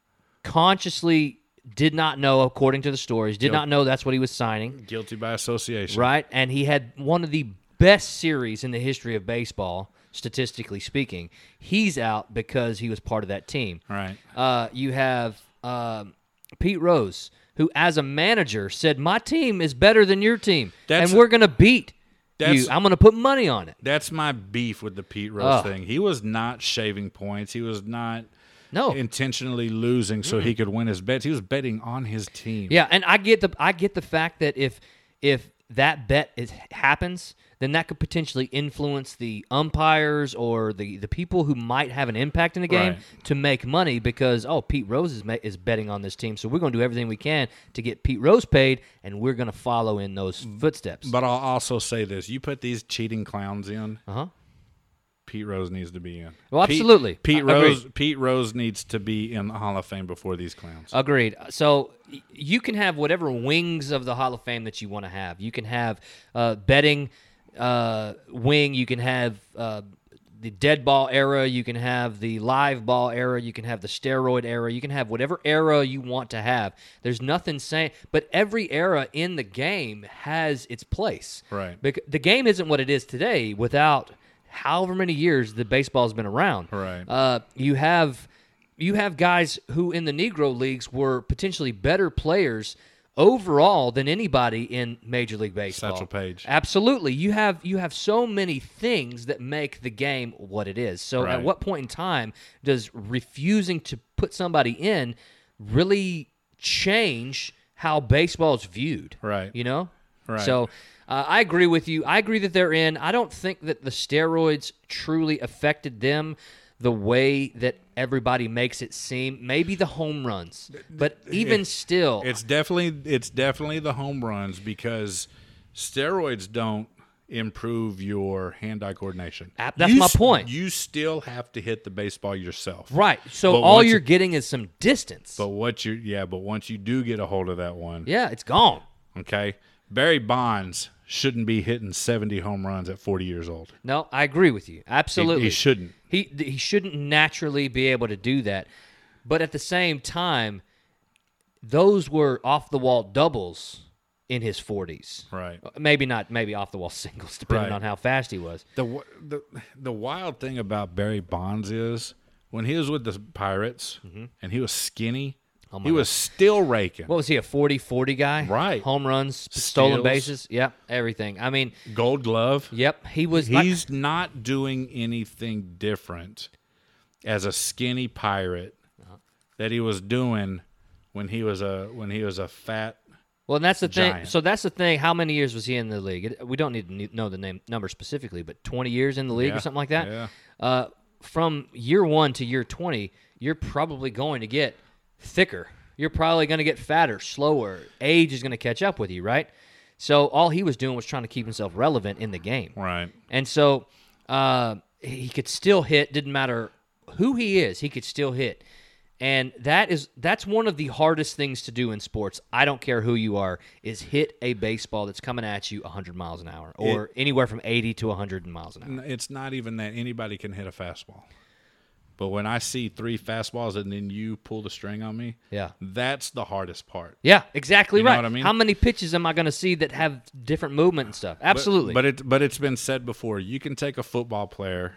consciously did not know according to the stories did not know that's what he was signing Guilty by association. right and he had one of the best series in the history of baseball statistically speaking he's out because he was part of that team Right. uh, you have um Pete Rose, who as a manager said, "My team is better than your team, That's- and we're gonna beat you. that's- I'm gonna put money on it." That's my beef with the Pete Rose Ugh. thing. He was not shaving points. He was not No, intentionally losing so he could win his bets. He was betting on his team. Mm. Yeah, and I get the I get the fact that if if that bet is, happens, then that could potentially influence the umpires or the the people who might have an impact in the game Right. to make money because oh Pete Rose is ma- is betting on this team, so we're going to do everything we can to get Pete Rose paid, and we're going to follow in those Mm, footsteps. But I'll also say this: you put these cheating clowns in, uh-huh. Pete Rose needs to be in. Well, Pete- absolutely. Pete, I- agreed. Rose. Pete Rose needs to be in the Hall of Fame before these clowns. Agreed. So y- you can have whatever wings of the Hall of Fame that you want to have. You can have uh, betting uh, wing. You can have uh, the dead ball era. You can have the live ball era. You can have the steroid era. You can have whatever era you want to have. There's nothing saying, but every era in the game has its place. Right. Bec- the game isn't what it is today without however many years the baseball's been around. Right. Uh, you have you have guys who in the Negro leagues were potentially better players overall than anybody in Major League Baseball. Satchel Paige. Absolutely. You have you have so many things that make the game what it is. So Right. at what point in time does refusing to put somebody in really change how baseball is viewed? Right. You know? Right. So uh, I agree with you. I agree that they're in. I don't think that the steroids truly affected them the way that everybody makes it seem. Maybe the home runs, but even still, It's definitely it's definitely the home runs because steroids don't improve your hand-eye coordination. Ah, that's You my s- point. You still have to hit the baseball yourself. right. So But all once you're you- getting is some distance. But what you yeah, but once you do get a hold of that one, yeah, it's gone. okay? Barry Bonds shouldn't be hitting 70 home runs at 40 years old. No, I agree with you. Absolutely. shouldn't. He th- he shouldn't naturally be able to do that. But at the same time, those were off the wall doubles in his 40s. Right. Maybe not maybe off the wall singles depending Right. on how fast he was. The wi- the the wild thing about Barry Bonds is when he was with the Pirates Mm-hmm. and he was skinny, Oh he was still raking. What was he a 40 40 guy? Right. Home runs, stolen Steals. bases, yep, everything. I mean, Gold Glove. yep, he was like- He's not doing anything different as a skinny pirate Uh-huh. that he was doing when he was a when he was a fat. Well, and that's the thing. Giant. So that's the thing. How many years was he in the league? It- We don't need to kn- know the name number specifically, but 20 years in the league Yeah, or something like that. yeah. Uh, from year one to year 20, you're probably going to get thicker. You're probably going to get fatter, slower. Age is going to catch up with you, right? So all he was doing was trying to keep himself relevant in the game. Right. And so uh, he could still hit. Didn't matter who he is, he could still hit. And that is that's one of the hardest things to do in sports. I don't care who you are, is hit a baseball that's coming at you 100 miles an hour or anywhere from 80 to 100 miles an hour. It's not even that anybody can hit a fastball. But when I see three fastballs and then you pull the string on me, Yeah. that's the hardest part. Yeah, exactly You know right. what I mean? How many pitches am I going to see that have different movement and stuff? But- Absolutely. But, it but it's been said before. You can take a football player,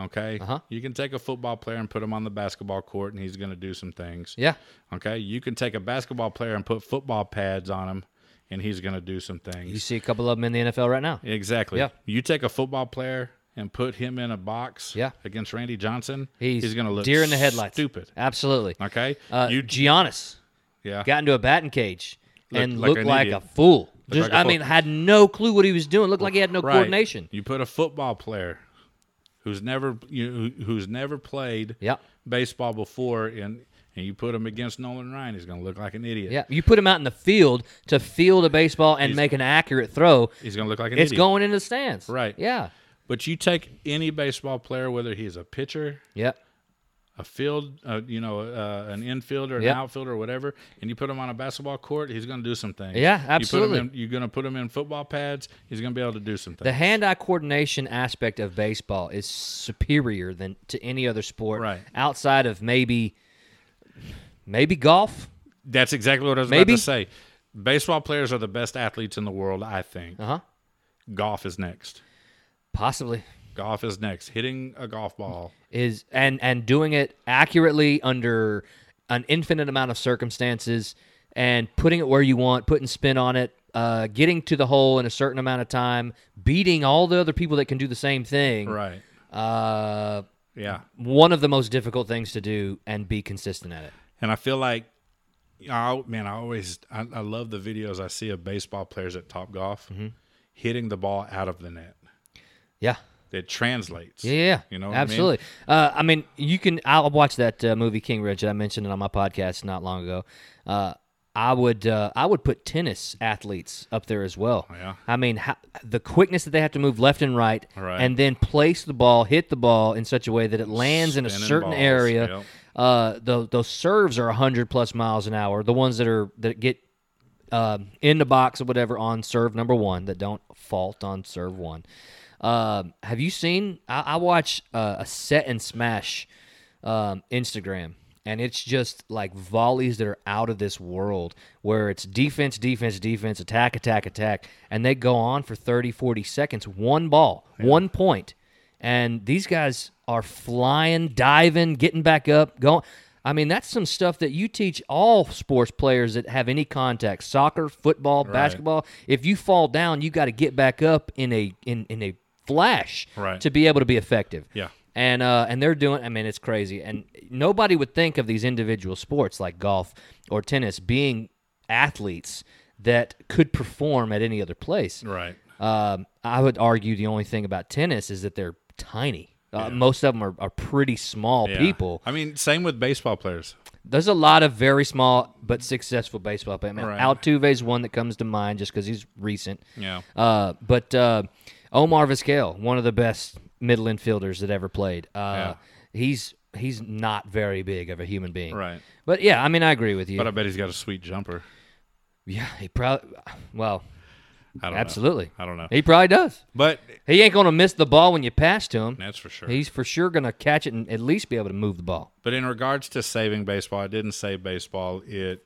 okay? Uh-huh. You can take a football player and put him on the basketball court, and he's going to do some things. yeah. Okay. You can take a basketball player and put football pads on him, and he's going to do some things. You see a couple of them in the NFL right now. Exactly. Yeah. You take a football player and put him in a box. Yeah. Against Randy Johnson, He's, going to look deer in the headlights. Stupid. Absolutely. Okay. Uh, you Giannis. yeah. got into a batting cage Looked and like looked an like idiot. a fool. Looked Just, like a I mean, fool. had no clue what he was doing. Looked like he had no Right. coordination. You put a football player who's never you who- who's never played Yep. baseball before and and you put him against Nolan Ryan, he's going to look like an idiot. Yeah, you put him out in the field to field a baseball and make an accurate throw. He's going to look like an It's idiot. going into the stands. Right. Yeah. But you take any baseball player whether he's a pitcher, Yep. a field, uh, you know, uh, an infielder, an Yep. outfielder, or whatever, and you put him on a basketball court, he's going to do some things. Yeah, You put him absolutely. in- you're going to put him in football pads, he's going to be able to do some The things. hand-eye coordination aspect of baseball is superior than to any other sport Right. outside of maybe maybe golf. That's exactly what I was Maybe. about to say. Baseball players are the best athletes in the world, I think. Uh-huh. Golf is next. Possibly. Golf is next. Hitting a golf ball. is and and doing it accurately under an infinite amount of circumstances and putting it where you want, putting spin on it, uh, getting to the hole in a certain amount of time, beating all the other people that can do the same thing. Right. Uh, Yeah. one of the most difficult things to do and be consistent at it. And I feel like, you know, I, man, I always I, I love the videos I see of baseball players at Top Golf Mm-hmm. hitting the ball out of the net. Yeah. It translates. Yeah, yeah, You know what I mean? absolutely. Uh, I mean, you can. I'll watch that uh, movie King Richard. I mentioned it on my podcast not long ago. Uh, I would, uh, I would put tennis athletes up there as well. Oh, yeah. I mean, how, the quickness that they have to move left and right, Right. and then place the ball, hit the ball in such a way that it lands in a Spinning certain balls, area. yep. Uh, tho- those serves are hundred plus miles an hour. The ones that are that get um, in the box or whatever on serve number one that don't fault on serve one. Um, have you seen? I, I watch uh, a set and smash um, Instagram, and it's just like volleys that are out of this world where it's defense, defense, defense, attack, attack, attack, and they go on for 30, 40 seconds, one ball, one point. And these guys are flying, diving, getting back up, going. I mean, that's some stuff that you teach all sports players that have any contact, soccer, football, basketball. If you fall down, you got to get back up in a in, in a flash Right. to be able to be effective. Yeah. And uh, and they're doing. I mean, it's crazy. And nobody would think of these individual sports like golf or tennis being athletes that could perform at any other place. Right. Um, I would argue the only thing about tennis is that they're tiny. Uh, Most of them are, are pretty small Yeah. people. I mean, same with baseball players. There's a lot of very small but successful baseball players. I mean, Right. Altuve's one that comes to mind just because he's recent. Yeah. Uh, but uh, Omar Vizquel, one of the best middle infielders that ever played. Yeah. Uh, He's he's not very big of a human being. Right. But yeah, I mean, I agree with you. But uh, I bet he's got a sweet jumper. yeah, he probably. Well, I don't know. absolutely. I don't know. He probably does. But He ain't gonna miss the ball when you pass to him. that's for sure. He's for sure going to catch it and at least be able to move the ball. But in regards to saving baseball, I didn't save baseball. It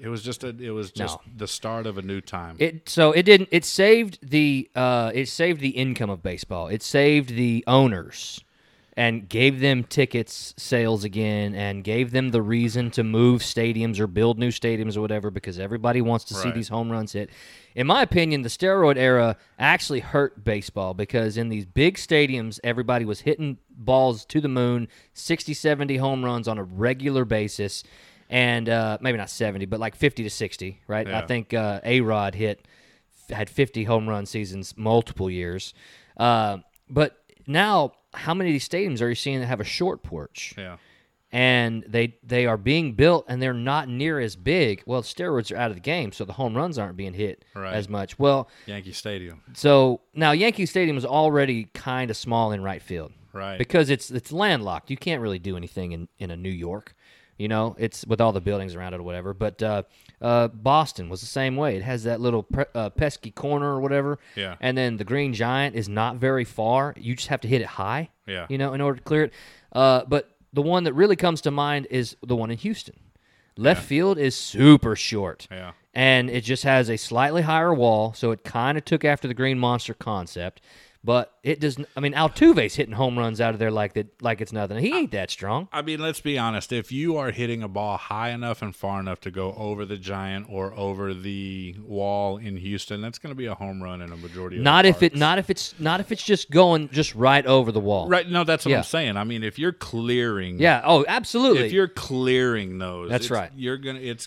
it was just a it was just No. the start of a new time. It so it didn't. It saved the uh, it saved the income of baseball. It saved the owners and gave them tickets sales again and gave them the reason to move stadiums or build new stadiums or whatever because everybody wants to see Right. these home runs hit. In my opinion, the steroid era actually hurt baseball because in these big stadiums everybody was hitting balls to the moon, 60 70 home runs on a regular basis and uh, maybe not 70 but like 50 to 60, right? I Yeah. think uh, A Rod hit had 50 home run seasons multiple years. Uh, but now, how many of these stadiums are you seeing that have a short porch? yeah. And they they are being built, and they're not near as big. Well, steroids are out of the game, so the home runs aren't being hit Right. as much. Well, Yankee Stadium. so now Yankee Stadium is already kind of small in right field, Right. Because it's it's landlocked. You can't really do anything in in a New York, you know. It's with all the buildings around it or whatever. But uh, uh, Boston was the same way. It has that little pre- uh, pesky corner or whatever. Yeah. And then the Green Giant is not very far. You just have to hit it high. Yeah. You know, in order to clear it. Uh, but the one that really comes to mind is the one in Houston. Left field is super short Yeah. and it just has a slightly higher wall, so it kind of took after the Green Monster concept. But it does. I mean, Altuve's hitting home runs out of there like that, like it's nothing. He ain't that strong. I mean, let's be honest. If you are hitting a ball high enough and far enough to go over the giant or over the wall in Houston, that's going to be a home run in a majority of Not the if it. parks. Not if it's. Not if it's just going just right over the wall. right. No, that's what Yeah. I'm saying. I mean, if you're clearing, Yeah. Oh, absolutely. if you're clearing those, That's it's- right. You're gonna. It's.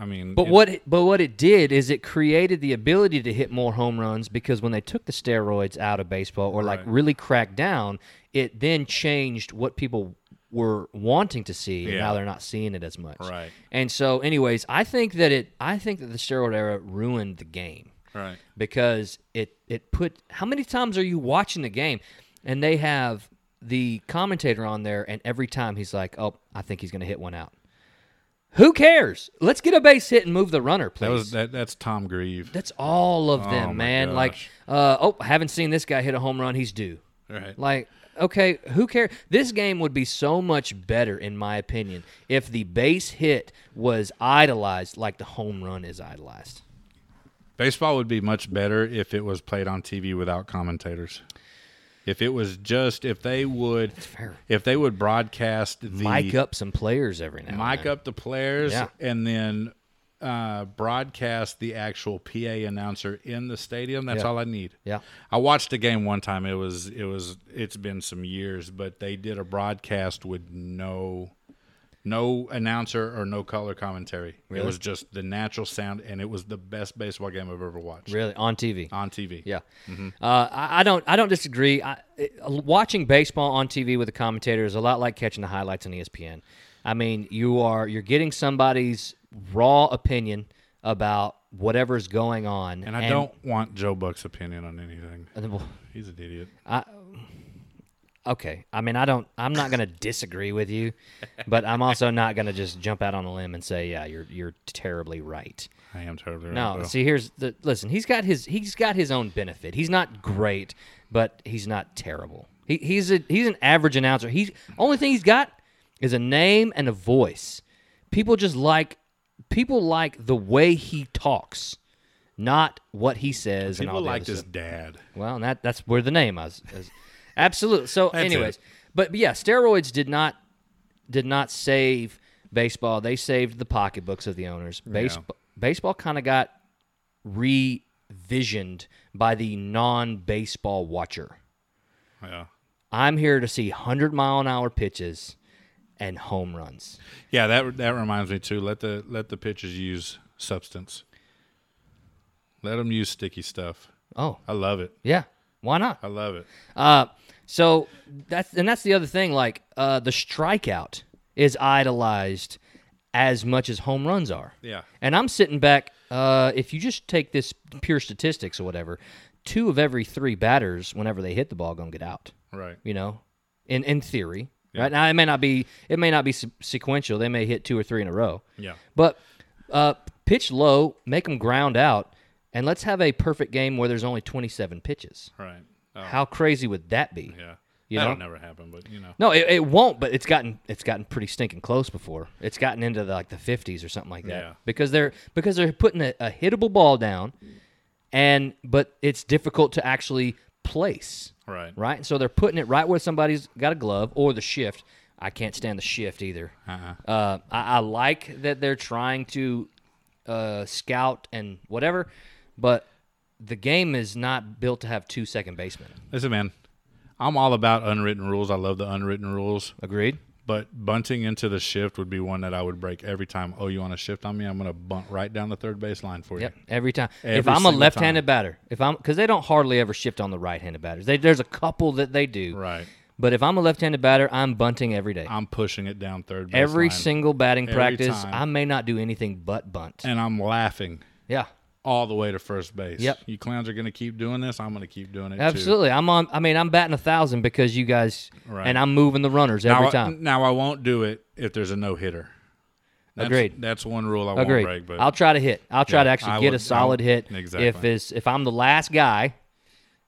I mean, But it- what it- but what it did is it created the ability to hit more home runs because when they took the steroids out of baseball or like Right. really cracked down, it then changed what people were wanting to see and now Yeah. they're not seeing it as much. Right. And so anyways, I think that it I think that the steroid era ruined the game Right. because it it put how many times are you watching the game and they have the commentator on there and every time he's like oh i think he's going to hit one out who cares let's get a base hit and move the runner please That was that. That's Tom Grieve. that's all of them my man gosh. like uh, oh haven't seen this guy hit a home run he's due Right. like okay who cares this game would be so much better in my opinion if the base hit was idolized like the home run is idolized Baseball would be much better if it was played on TV without commentators. If it was just if they would fair. if they would broadcast the mic up some players every now. mic and then. up the players Yeah. and then uh, broadcast the actual PA announcer in the stadium. That's Yeah. all I need. Yeah. I watched a game one time. It was it was it's been some years, but they did a broadcast with no no announcer or no color commentary. Really? It was just the natural sound, and it was the best baseball game I've ever watched really on TV. on Mm-hmm. TV. Yeah, uh, I, I don't. I don't disagree. I, it- watching baseball on TV with a commentator is a lot like catching the highlights on E ESPN. I mean, you are you're getting somebody's raw opinion about whatever's going on, And I don't want Joe Buck's opinion on anything. and- well, He's an idiot. Okay, I mean, I don't. I'm not going to disagree with you, but I'm also not going to just jump out on a limb and say, yeah, you're you're terribly right. I am terribly No, wrong, though. see, here's the listen. He's got his he's got his own benefit. He's not great, but he's not terrible. He, he's a he's an average announcer. He's only thing he's got is a name and a voice. People just like people like the way he talks, not what he says. and people all the like other his stuff. dad. Well, and that that's where the name is. is absolutely. So, That's anyways, it. but, but yeah, steroids did not did not save baseball. They saved the pocketbooks of the owners. Base, Baseball kind of got revisioned by the non-baseball watcher. Yeah. I'm here to see 100 mile an hour pitches and home runs. Yeah, that that reminds me too. Let the let the pitchers use substance. Let them use sticky stuff. Oh, I love it. yeah. Why not? I love it. Uh, so that's and that's the other thing. Like uh, the strikeout is idolized as much as home runs are. Yeah. And I'm sitting back. Uh, if you just take this pure statistics or whatever, two of every three batters, whenever they hit the ball, gonna get out. Right. You know, in in theory, right now it may not be it may not be se- sequential. They may hit two or three in a row. Yeah. But uh, pitch low, make them ground out, and let's have a perfect game where there's only 27 pitches. Right. Oh, How crazy would that be? yeah. You That'll know? never happen, but you know. No, it, it won't. But it's gotten it's gotten pretty stinking close before. It's gotten into the, like the fifties or something like that Yeah. because they're because they're putting a, a hittable ball down, and but it's difficult to actually place. Right. Right. So they're putting it right where somebody's got a glove or the shift. I can't stand the shift either. Uh-uh. I, I like that they're trying to uh, scout and whatever, but the game is not built to have two second basemen. Listen, man. I'm all about unwritten rules. I love the unwritten rules, Agreed. but bunting into the shift would be one that I would break every time. Oh, you want to shift on me? I'm going to bunt right down the third baseline for Yep, you. every time. if Every I'm a single left-handed time. batter, if I'm because they don't hardly ever shift on the right-handed batters. They, there's a couple that they do. Right. But if I'm a left-handed batter, I'm bunting every day. I'm pushing it down third baseline. every single batting Every practice, time. I may not do anything but bunt. and I'm laughing yeah. all the way to first base. Yep. You clowns are going to keep doing this. I'm going to keep doing it too. Absolutely. I'm on I mean, I'm batting a thousand because you guys Right. and I'm moving the runners every now, uh, I- time. now I won't do it if there's a no hitter. That's, Agreed. That's one rule I Agreed. won't break. But I'll try to hit. I'll try Yeah, to I actually get would- a solid I'll- hit. If Exactly. it's if I'm the last guy,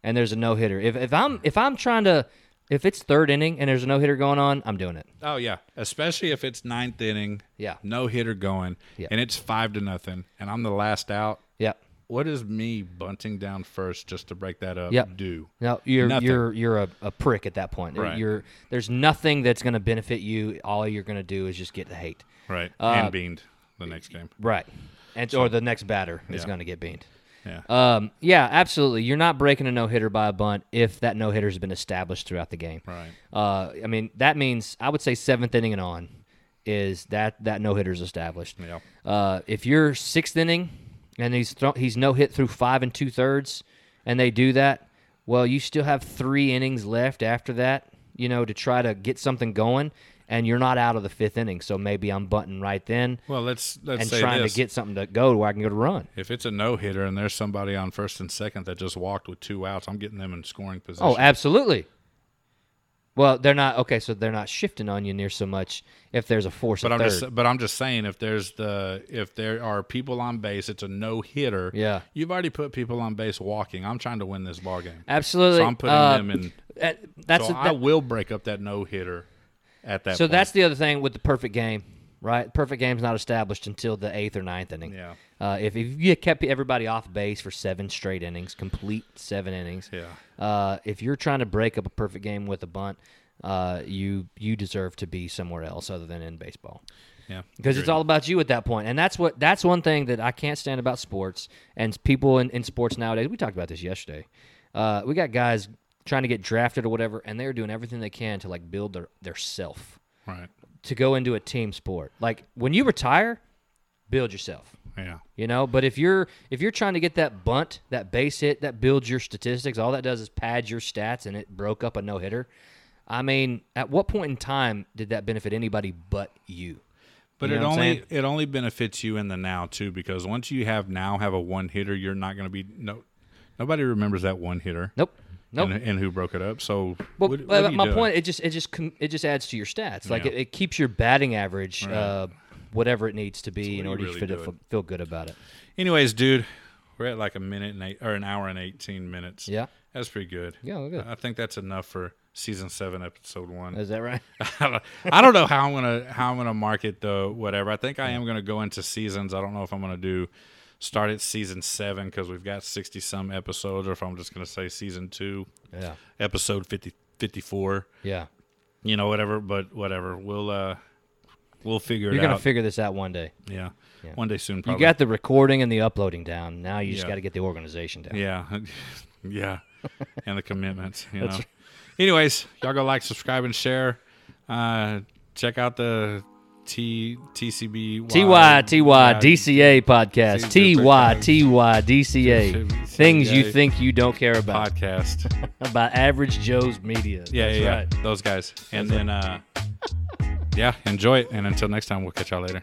and there's a no hitter. If if I'm if I'm trying to if it's third inning and there's a no hitter going on, I'm doing it. oh yeah, especially if it's ninth inning. Yeah. No hitter going, Yeah. and it's five to nothing, and I'm the last out. Yep. What is me bunting down first just to break that up? Yep. Do No, you're Nothing. you're you're a, a prick at that point. Right. You're there's nothing that's going to benefit you. All you're going to do is just get the hate. right Uh, and beamed the next game. Right. And or the next batter is Yeah. going to get beamed. Yeah. Um, yeah, absolutely. You're not breaking a no hitter by a bunt if that no hitter has been established throughout the game. Right. Uh, I mean, that means I would say seventh inning and on is that that no hitter's established. Yeah. Uh, if you're sixth inning and he's thro- he's no hit through five and two thirds, and they do that, well, you still have three innings left after that, you know, to try to get something going, and you're not out of the fifth inning, so maybe I'm bunting right then Well, let's let's and say trying this. to get something to go where I can go to run. if it's a no hitter and there's somebody on first and second that just walked with two outs, I'm getting them in scoring position. Oh, absolutely. Well, they're not okay, so they're not shifting on you near so much if there's a force. But at I'm third. just but I'm just saying if there's the if there are people on base, it's a no hitter. Yeah. You've already put people on base walking. I'm trying to win this ball game. absolutely. So I'm putting Uh, them in uh, That's so a- I will break up that no hitter at that So point. that's the other thing with the perfect game. right? Perfect game's not established until the eighth or ninth inning. Yeah. Uh, if, if you kept everybody off base for seven straight innings, complete seven innings, Yeah. uh, if you're trying to break up a perfect game with a bunt, uh, you you deserve to be somewhere else other than in baseball Yeah. because it's Agreed. all about you at that point. And that's what that's one thing that I can't stand about sports and people in, in sports nowadays. We talked about this yesterday. Uh, we got guys trying to get drafted or whatever, and they're doing everything they can to like build their their self right. to go into a team sport. Like when you retire, build yourself. Yeah. You know, but if you're if you're trying to get that bunt, that base hit, that builds your statistics, all that does is pad your stats and it broke up a no hitter. I mean, at what point in time did that benefit anybody but you? But You it know what I'm only it only benefits you in the now too, because once you have now have a one hitter, you're not going to be no. Nobody remembers that one hitter. Nope. Nope. And, and who broke it up? So. Well, what- but what are you my doing? point it just it just com- it just adds to your stats. Like Yeah. it, it keeps your batting average, uh, whatever it needs to be in are you order really for you to doing? f- feel good about it. Anyways, dude, we're at like a minute and eight or an hour and eighteen minutes. Yeah. That's pretty good. Yeah, we're good. I think that's enough for season seven, episode one. Is that right? I don't know how I'm gonna how I'm gonna market the whatever. I think I am gonna go into seasons. I don't know if I'm gonna do start at season seven because we've got sixty some episodes, or if I'm just gonna say season two, Yeah. episode 50, 54, Yeah. You know, whatever. But whatever, we'll uh we'll figure You're it gonna out. figure this out one day. yeah. one day soon. You Probably. got the recording and the uploading down. Now you just Yeah. got to get the organization down. Yeah. yeah. And the commitments, you know. Anyways, y'all go like, subscribe, and share. Uh, check out the T TCB TY TY DCA podcast. Seems TY different. TY DCA. Different. Things you DCA. think you don't care about. podcast. By Average Joe's Media. Yeah, That's yeah, right. yeah. Those guys. And then, uh, yeah, enjoy it. And until next time, we'll catch y'all later.